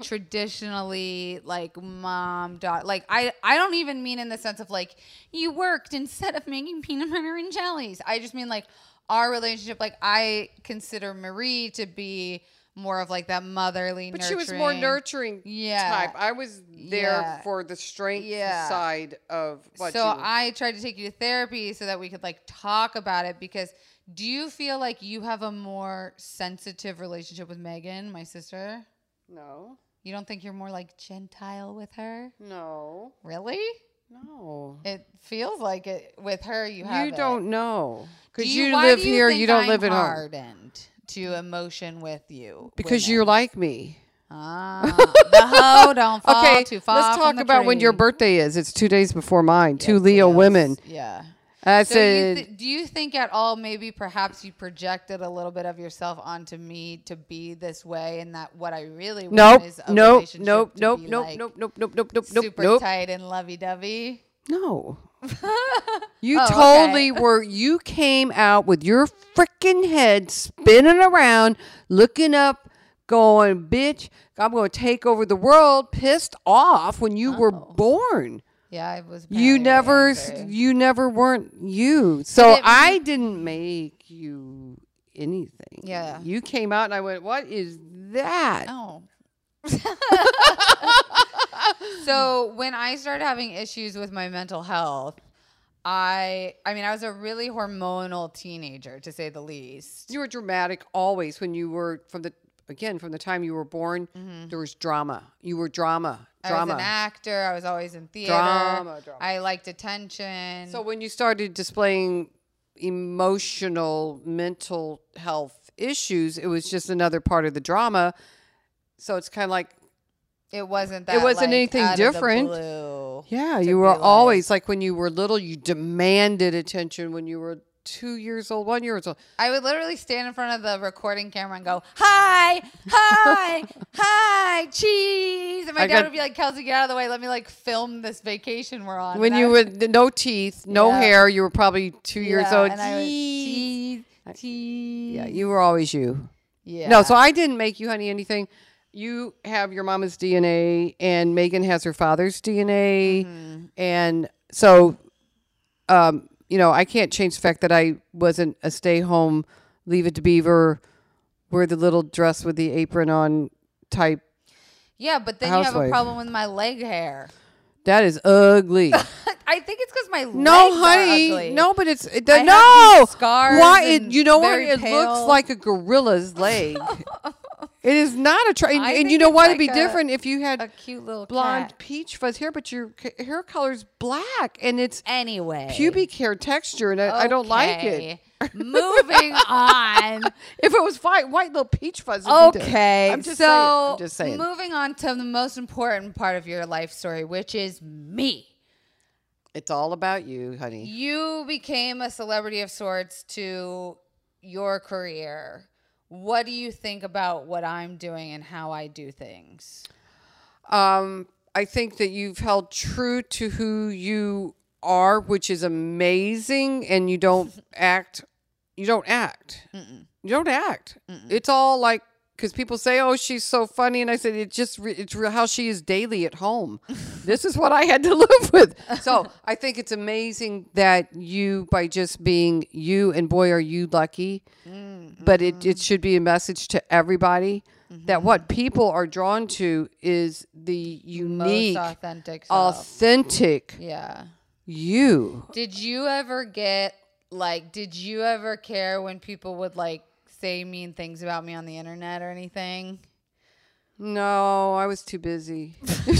C: traditionally like mom daughter like I I don't even mean in the sense of like you worked instead of making peanut butter and jellies. I just mean like our relationship like I consider Marie to be more of like that motherly
B: But she was more nurturing
C: Yeah.
B: type. I was there
C: Yeah.
B: for the strength
C: Yeah.
B: side of what
C: so
B: you
C: I tried to take you to therapy so that we could like talk about it because do you feel like you have a more sensitive relationship with Megan, my sister?
B: No.
C: You don't think you're more like gentile with her?
B: No.
C: Really?
B: No.
C: It feels like it with her you have
B: You
C: it.
B: don't know.
C: Do
B: Because you,
C: why
B: live
C: do
B: here,
C: think
B: you don't
C: I'm
B: live at home.
C: hardened to emotion with you.
B: Because
C: women?
B: you're like me.
C: ah, the hoe don't fall
B: Okay,
C: Uh, too far.
B: let's
C: from
B: talk
C: the
B: about when your
C: tree.
B: birthday is. It's two days before mine. two
C: Yes, it
B: Leo
C: is.
B: women.
C: Yeah.
B: I
C: So you
B: said,
C: th- do you think at all maybe perhaps you projected a little bit of yourself onto me to be this way and that what I really want
B: nope,
C: is a
B: nope,
C: relationship
B: nope,
C: to
B: nope,
C: be,
B: nope,
C: like,
B: nope, nope, nope, nope, nope, nope,
C: super
B: nope,
C: tight and lovey-dovey?
B: no. You
C: Oh, okay.
B: totally were. You came out with your freaking head spinning around, looking up, going, "Bitch, I'm going to take over the world." Pissed off when you were
C: Oh.
B: born.
C: Yeah, I was
B: You
C: apparently
B: never,
C: angry.
B: you never weren't you. So
C: it-
B: I didn't make you anything.
C: Yeah.
B: you came out and I went, "What is that?"
C: Oh. so when I started having issues with my mental health, I I mean I was a really hormonal teenager to say the least.
B: You were dramatic always when you were from the again from the time you were born. There was drama. You were drama,
C: Mm-hmm. I was an
B: drama.
C: actor. I was always in theater.
B: Drama, drama.
C: I liked attention.
B: So when you started displaying emotional, mental health issues, it was just another part of the drama. So it's kind of like
C: it wasn't that.
B: wasn't
C: like,
B: anything
C: out of the
B: different.
C: blue.
B: yeah,
C: to
B: you were
C: be like-
B: always like when you were little, you demanded attention. When you were two years old, one year old,
C: I would literally stand in front of the recording camera and go, "Hi, hi, hi, cheese!" And my
B: I
C: dad
B: got-
C: would be like, "Kelsey, get out of the way. Let me like film this vacation we're on."
B: when
C: And
B: you
C: I-
B: were no teeth, no
C: Yeah.
B: hair, you were probably two years
C: Yeah,
B: old.
C: and I would,
B: Yee.
C: cheese, cheese.
B: yeah, you were always you.
C: yeah.
B: No, so I didn't make you, honey, anything. You have your mama's DNA, and Megan has her father's DNA,
C: Mm-hmm.
B: and so, um, you know, I can't change the fact that I wasn't a stay-home, leave it to Beaver, wear the little dress with the apron on type.
C: yeah, but then you have a
B: Housewife.
C: problem with my leg hair.
B: That is ugly.
C: I think it's because my
B: No,
C: legs are
B: honey,
C: ugly.
B: no, but it's it,
C: I have
B: no
C: these scars
B: Why it?
C: and
B: You know what?
C: very
B: It
C: pale-
B: looks like a gorilla's leg. It is not a try. And,
C: I
B: and you
C: think
B: know
C: it's
B: why
C: like
B: it'd be
C: a-
B: different if you had
C: a cute little
B: blonde
C: cat.
B: peach fuzz hair, but your c- hair color's black and it's
C: Anyway,
B: pubic hair texture, and I, I don't like it.
C: Okay. Moving on.
B: If it was white, white little peach fuzz. it'd be different.
C: Okay,
B: I'm just
C: so
B: saying. I'm just saying.
C: moving on to the most important part of your life story, which is me.
B: it's all about you, honey.
C: You became a celebrity of sorts to your career. What do you think about what I'm doing and how I do things?
B: Um, I think that you've held true to who you are, which is amazing, and you don't act. You don't act. You don't act. It's all like because people say, "Oh, she's so funny," and I said, "It's just re- it's real how she is daily at home. this is what I had to live with." So I think it's amazing that you, by just being you, and boy, are you lucky. But it
C: Mm-hmm.
B: it should be a message to everybody that what people are drawn to is the unique,
C: Most authentic self.
B: authentic
C: yeah.
B: you.
C: Did you ever get like did you ever care when people would like say mean things about me on the internet or anything?
B: No, I was too busy.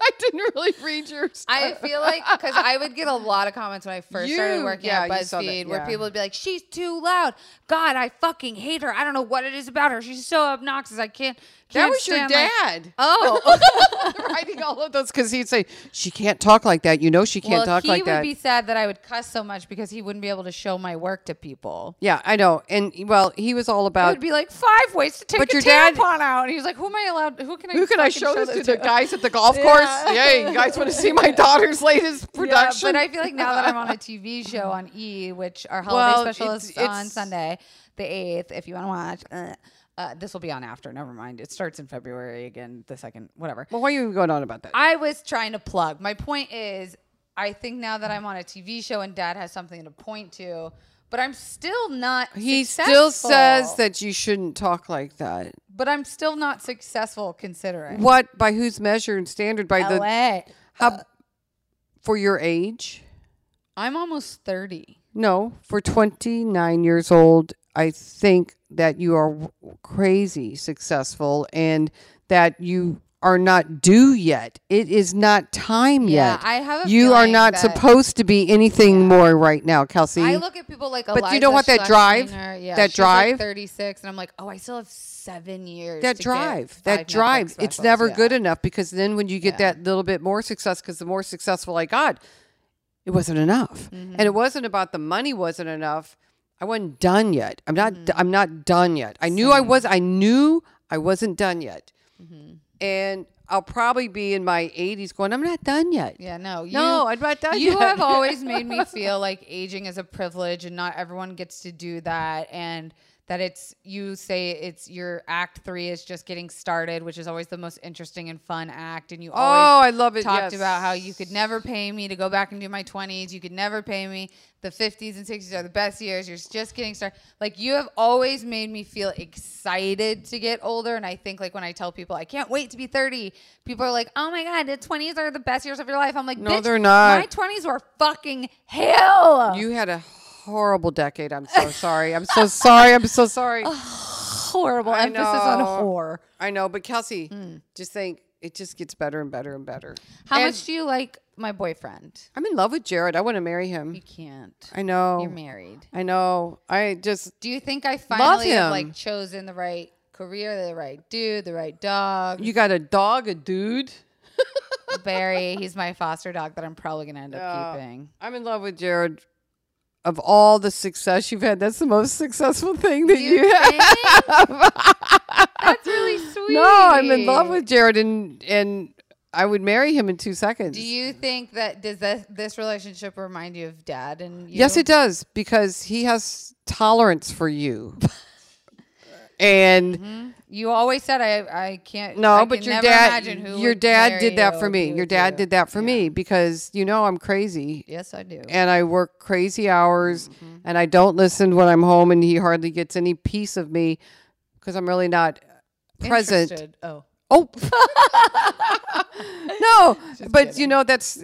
B: I didn't really read your stuff.
C: I feel like because I would get a lot of comments when I first started
B: You-
C: working
B: yeah,
C: at
B: you saw that,
C: BuzzFeed, where
B: yeah.
C: people would be like, "She's too loud. God, I fucking hate her. I don't know what it is about her. She's so obnoxious. I can't."
B: that
C: can't
B: was your
C: stand, like-"
B: dad.
C: oh,
B: writing all of those because he'd say she can't talk like that. You know she can't
C: well,
B: talk
C: he
B: like
C: would
B: that.
C: be sad that I would cuss so much because he wouldn't be able to show my work to people.
B: yeah, I know. And well, he was all
C: It
B: about
C: would be like five ways to take
B: But
C: a
B: your dad-
C: tampon out, and he was like, "Who am I allowed? Who can I?
B: who can I
C: fucking
B: show this to? The
C: Yeah,
B: guys at the golf course. Yay, you guys want to see my daughter's latest production?
C: but I feel like now that I'm on a TV show on E, which our holiday
B: Well,
C: special
B: it's-
C: is on
B: it's-
C: Sunday, the eighth. If you want to watch, uh, uh, this will be on after. Never mind. It starts in February again, the second, whatever.
B: well, why are you going on about that?
C: I was trying to plug. My point is, I think now that I'm on a TV show and Dad has something to point to, but I'm still not.
B: he still
C: successful.
B: says that you shouldn't talk like that.
C: but I'm still not successful considering.
B: What by whose measure and standard? By the
C: LA.
B: how for your age?
C: I'm almost thirty.
B: No, for 29 years old, I think that you are w- crazy successful and that you are not due yet. It is not time
C: Yeah,
B: yet.
C: I have a
B: you are
C: feeling
B: not
C: that-
B: supposed to be anything more right now, Kelsey.
C: I look at people like Eliza
B: But you know what, that drive-
C: Schlesinger, yeah,
B: that
C: she's like
B: drive-
C: 36, and I'm like, oh, I still have seven years.
B: that
C: to get
B: drive,
C: five
B: that
C: Netflix
B: drive, it's
C: specials,
B: never
C: yeah.
B: good enough because then when you get that little bit more success, because the more successful I got, it wasn't enough,
C: Mm-hmm.
B: and it wasn't about the money wasn't enough. I wasn't done yet. I'm not.
C: Mm-hmm.
B: I'm not done yet. I knew I was. I knew I wasn't done yet,
C: Mm-hmm.
B: and I'll probably be in my 80s going. I'm not done yet.
C: Yeah, no, you,
B: No, I'm not done
C: You
B: yet.
C: have always made me feel like aging is a privilege, and not everyone gets to do that, and that it's you say it's your act three is just getting started, which is always the most interesting and fun act, and you
B: Oh,
C: always
B: I love it.
C: talked about how
B: yes.
C: you could never pay me to go back and do my 20s. You could never pay me. The 50s and 60s are the best years. You're just getting started. Like you have always made me feel excited to get older. And I think like when I tell people I can't wait to be 30, people are like, "Oh my god, the 20s are the best years of your life." I'm like,
B: No,
C: Bitch,
B: they're not."
C: My 20s were fucking hell.
B: You had a horrible decade. I'm so sorry. I'm so sorry. I'm so sorry.
C: Oh, horrible
B: I
C: emphasis on
B: know.
C: whore.
B: I know, but Kelsey, just think it just gets better and better and better.
C: How
B: And
C: much do you like my boyfriend?
B: I'm in love with Jared. I want to marry him.
C: You can't.
B: I know.
C: You're married.
B: I know. I just
C: Do you think I finally have
B: him.
C: like chosen the right career, the right dude, the right dog?
B: you got a dog, a dude.
C: Barry, he's my foster dog that I'm probably gonna end up keeping.
B: I'm in love with Jared. Of all the success you've had, that's the most successful thing that you, have.
C: That's really sweet.
B: No, I'm in love with Jared, and and I would marry him in two seconds.
C: Do you think that does this this relationship remind you of dad and you?
B: Yes, it does because he has tolerance for you, and.
C: You always said I I can't.
B: No,
C: I
B: but
C: can
B: your
C: never
B: dad,
C: imagine who
B: your
C: would
B: dad
C: marry
B: did that
C: you
B: for
C: if
B: me.
C: he
B: Your
C: was
B: dad
C: you.
B: did that for me because you know I'm crazy
C: Yes, Mm-hmm. I do.
B: and I work crazy hours and I don't listen when I'm home and he hardly gets any piece of me because I'm really not present.
C: Interested. Oh,
B: Oh no, but you know that's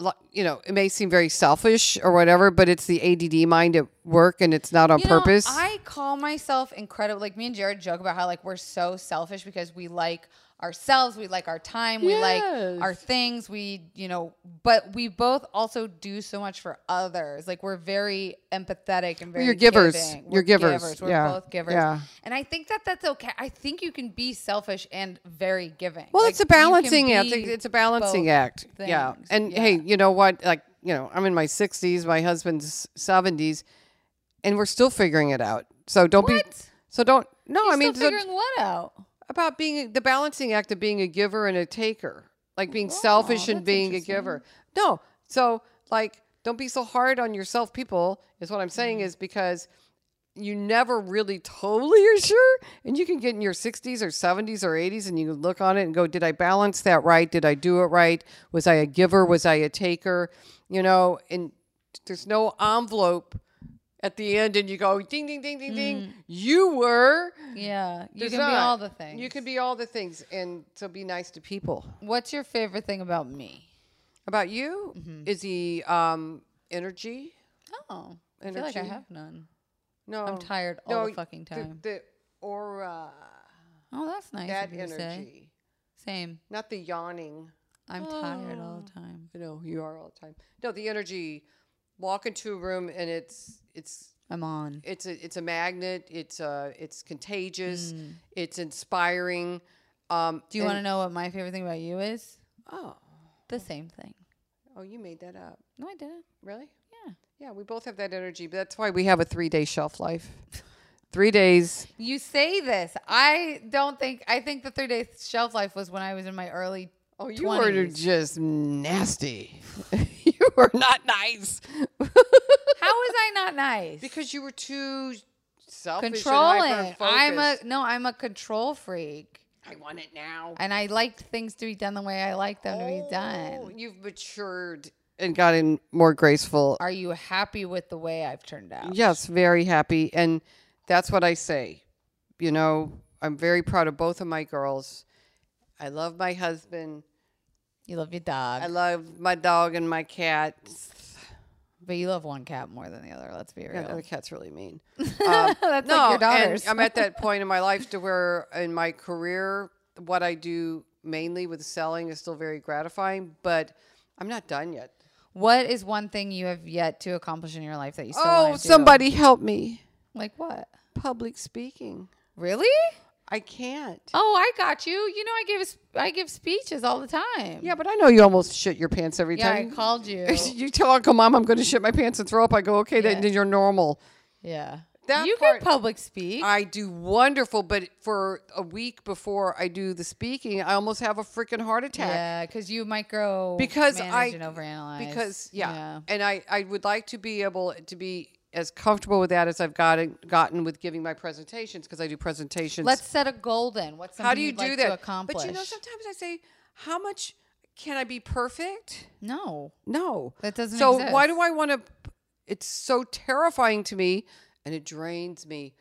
B: li- you know, it may seem very selfish or whatever, but it's the ADD mind at work and it's not on
C: You know,
B: purpose.
C: I call myself incredible. Like me and Jared joke about how like we're so selfish because we like ourselves, we like our time, we
B: Yes.
C: like our things. We, you know, but we both also do so much for others. Like we're very empathetic and very
B: you're givers.
C: giving.
B: You're
C: We're
B: givers.
C: We're
B: Yeah.
C: both givers.
B: Yeah.
C: And I think that that's okay. I think you can be selfish and very giving.
B: Well,
C: Like,
B: it's a
C: you can
B: balancing act.
C: be
B: It's a balancing
C: both.
B: act. Yeah.
C: things.
B: And
C: Yeah.
B: hey, you know what? Like, you know, I'm in my 60s, my husband's 70s, and we're still figuring it out. So don't be.
C: What?
B: So don't. No, I mean,
C: Still
B: so
C: figuring what out?
B: about being the balancing act of being a giver and a taker, like being selfish and
C: that's
B: being a giver. No, so like, don't be so hard on yourself, people. Is what I'm saying is because you never really totally are sure, and you can get in your 60s or 70s or 80s, and you can look on it and go, "Did I balance that right? Did I do it right? Was I a giver? Was I a taker? You know?" And there's no envelope. At the end, and you go ding, ding, ding, ding, ding. You were.
C: Yeah, you
B: There's
C: can
B: not.
C: be all the things.
B: You can be all the things, and so be nice to people.
C: What's your favorite thing about me?
B: About you
C: Mm-hmm.
B: is the um, energy.
C: Oh, I feel like I
B: Energy.
C: have none.
B: No,
C: I'm tired all the
B: y-
C: fucking time.
B: The, the aura,
C: Oh, that's nice.
B: that
C: That energy.
B: energy,
C: Same.
B: not the yawning.
C: I'm tired all
B: Oh.
C: the time.
B: You know, you are all the time. No, the energy. Walk into a room and it's it's
C: I'm on.
B: it's a it's a magnet. It's uh it's contagious. It's inspiring. Um,
C: Mm. Do you want to know what my favorite thing about you is?
B: Oh,
C: The same thing.
B: oh, you made that up.
C: No, I didn't.
B: Really?
C: Yeah.
B: Yeah, we both have that energy, but that's why we have a three day shelf life. three days.
C: You say this. I don't think. I think the three day shelf life was when I was in my early.
B: Oh, you
C: 20s.
B: were just nasty. you were not nice
C: How was I not nice?
B: because you were too selfish.
C: controlling.
B: And
C: I'm a
B: hyper-focused.
C: no. I'm a control freak,
B: I want it now.
C: and I like things to be done the way I like them to be
B: Oh,
C: done.
B: You've matured and gotten more graceful.
C: Are you happy with the way I've turned out?
B: Yes, very happy. And that's what I say. You know, I'm very proud of both of my girls. I love my husband.
C: You love your dog.
B: I love my dog and my cat.
C: But you love one cat more than the other. Let's be real.
B: Yeah, the cat's really mean. Um,
C: That's
B: no,
C: like your
B: and
C: daughter's.
B: I'm at that point in my life to where in my career, what I do mainly with selling is still very gratifying, but I'm not done yet.
C: what is one thing you have yet to accomplish in your life that you still
B: oh,
C: want to
B: somebody help me!
C: Like what?
B: Public speaking.
C: Really?
B: I can't.
C: Oh, I got you. You know, I give s- I give speeches all the time.
B: Yeah, but I know you almost shit your pants every
C: Yeah, I
B: time.
C: called you.
B: you tell Uncle Mom I'm going to shit my pants and throw up. I go, okay,
C: Yeah.
B: then, then you're normal.
C: yeah.
B: That
C: you
B: part-
C: can public speak.
B: I do wonderful, but for a week before I do the speaking, I almost have a freaking heart attack.
C: yeah, because you micro
B: because I
C: manage and overanalyze.
B: Because yeah, and I I would like to be able to be as comfortable with that as I've gotten gotten with giving my presentations because I do presentations.
C: Let's set a goal then. What's something
B: how do you
C: you'd
B: do
C: like
B: that?
C: to accomplish?
B: But you know, sometimes I say, how much can I be perfect?
C: no.
B: No,
C: That doesn't
B: So why
C: exist.
B: do I want to? It's so terrifying to me, and it drains me.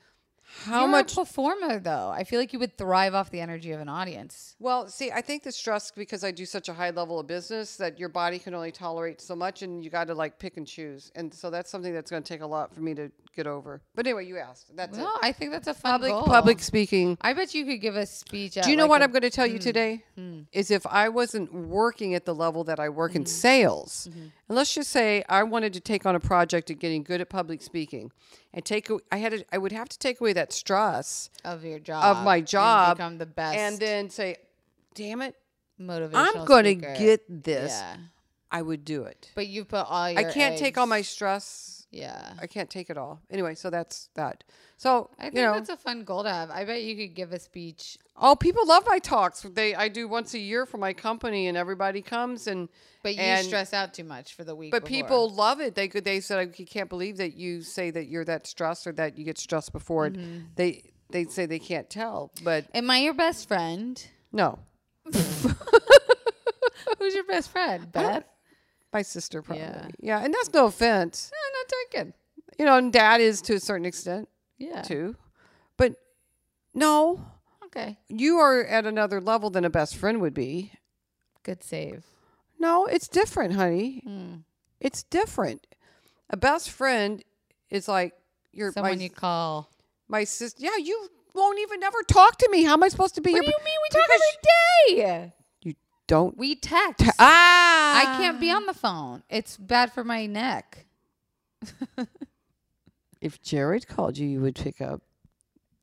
B: How
C: You're
B: much
C: a performer though. I feel like you would thrive off the energy of an audience.
B: Well, see, I think the stress because I do such a high level of business that your body can only tolerate so much, and you got to like pick and choose. And so that's something that's going to take a lot for me to get over. But anyway, you asked. That's
C: No,
B: it.
C: I think that's a fun
B: Public
C: goal.
B: public speaking.
C: I bet you could give a speech. At
B: Do you know
C: like Hmm.
B: what
C: a-
B: i I'm going to tell you today? Is if I wasn't working at the level that I work
C: Mm-hmm.
B: in sales, and let's just say I wanted to take on a project of getting good at public speaking, and take a- I had to, I would have to take away that stress
C: of your
B: of
C: job
B: my
C: and
B: job
C: become the best
B: and then say, "Damn it,
C: motivational.
B: I'm going to
C: speaker.
B: get this."
C: Yeah,
B: I would do it.
C: but you put all your.
B: I can't take all my
C: eggs-
B: stress.
C: yeah,
B: I can't take it all. Anyway, so that's that. So
C: I think
B: you know,
C: that's a fun goal to have. I bet you could give a speech.
B: oh, people love my talks. They I do once a year for my company, and everybody comes and.
C: But you
B: and-
C: stress out too much for the week.
B: But
C: before.
B: people love it. They could. They said, "I can't believe that you say that you're that stressed or that you get stressed before." it."
C: Mm-hmm.
B: They they say they can't tell, but
C: Am I your best friend?
B: no,
C: Who's your best friend? Beth.
B: my sister probably.
C: Yeah.
B: Yeah, and that's no offense.
C: I'm not taking.
B: You know, and dad is to a certain extent
C: Yeah.
B: too, but no,
C: Okay.
B: you are at another level than a best friend would be.
C: Good save.
B: No, it's different, honey.
C: Hmm.
B: It's different. A best friend is like your
C: Someone
B: my,
C: you call.
B: my sister. Yeah, you won't even never talk to me. How am I supposed to be your?
C: What do you mean we talk
B: because
C: every day?
B: You don't.
C: We text.
B: ah,
C: I can't be on the phone. It's bad for my neck.
B: If Jared called you, you would pick up.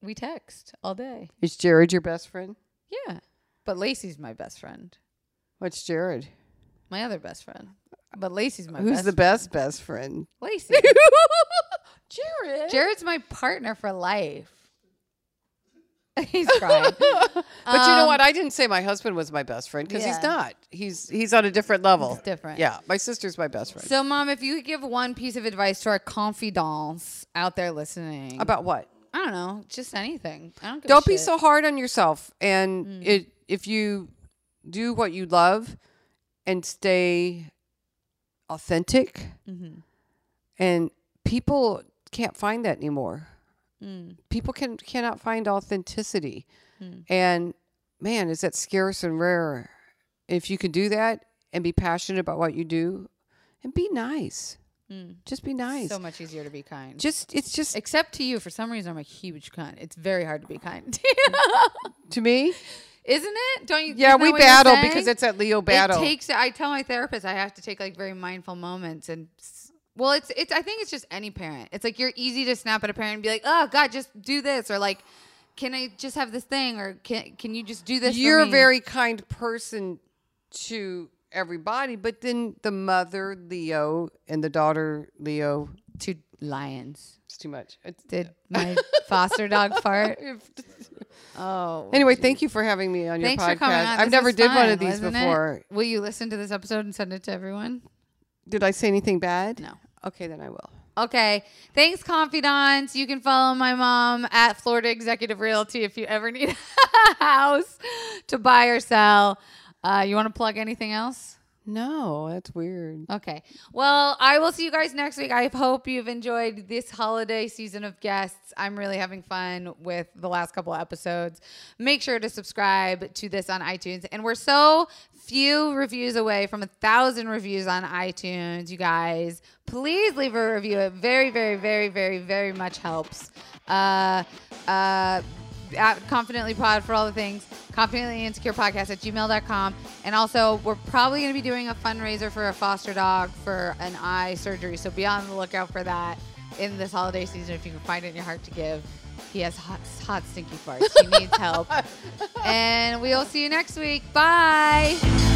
C: We text all day.
B: Is Jared your best friend?
C: Yeah. But Lacey's my best friend.
B: What's Jared?
C: My other best friend. But Lacey's my
B: Who's
C: best
B: the best best friend?
C: Lacey. Jared. Jared's my partner for life. He's crying.
B: But you know
C: Um,
B: what? I didn't say my husband was my best friend because he's
C: Yeah.
B: not. He's he's on a different level.
C: It's different.
B: Yeah, my sister's my best friend.
C: so, Mom, if you could give one piece of advice to our confidants out there listening,
B: About what?
C: I don't know, just anything. I don't. Give a
B: Don't be
C: shit. Mm.
B: so hard on yourself. And it if you do what you love and stay authentic,
C: Mm-hmm.
B: and people can't find that anymore.
C: Mm.
B: People can cannot find authenticity, and man, is that scarce and rare. If you can do that and be passionate about what you do, and be nice, just be nice.
C: Mm. So much easier to be kind.
B: just it's just
C: Except to you, for some reason, I'm a huge cunt. It's very hard to be kind,
B: to me.
C: isn't it? Don't you?
B: Yeah,
C: isn't that
B: we
C: what you're
B: battle
C: saying?
B: because it's that Leo battle.
C: It takes. I tell my therapist I have to take like very mindful moments and. s- Well, it's it's. I think it's just any parent. It's like you're easy to snap at a parent and be like, "Oh God, just do this," or like, "Can I just have this thing?" or "Can can you just do this?" for
B: you're a
C: me?"
B: very kind person to everybody, but then the mother Leo and the daughter Leo,
C: two lions.
B: it's too much. It's,
C: Did my foster dog fart? Oh,
B: anyway, thank you for having me on your
C: thanks
B: podcast.
C: for coming on.
B: I've
C: This
B: never
C: was
B: did one
C: fun,
B: of these
C: wasn't it?
B: before.
C: Will you listen to this episode and send it to everyone?
B: Did I say anything bad?
C: No.
B: Okay, then I will.
C: Okay. Thanks, confidants. You can follow my mom at Florida Executive Realty if you ever need a house to buy or sell. Uh, you want to plug anything else?
B: No, that's weird.
C: Okay. Well, I will see you guys next week. I hope you've enjoyed this holiday season of guests. I'm really having fun with the last couple of episodes. Make sure to subscribe to this on iTunes. And we're so few reviews away from a thousand reviews on iTunes, you guys. Please leave a review. It very, very, very, very, very much helps. Uh, uh, at confidently pod for all the things confidently insecure podcast at gmail.com and also we're probably going to be doing a fundraiser for a foster dog for an eye surgery so be on the lookout for that in this holiday season if you can find it in your heart to give he has hot, hot stinky farts he needs help and we'll see you next week bye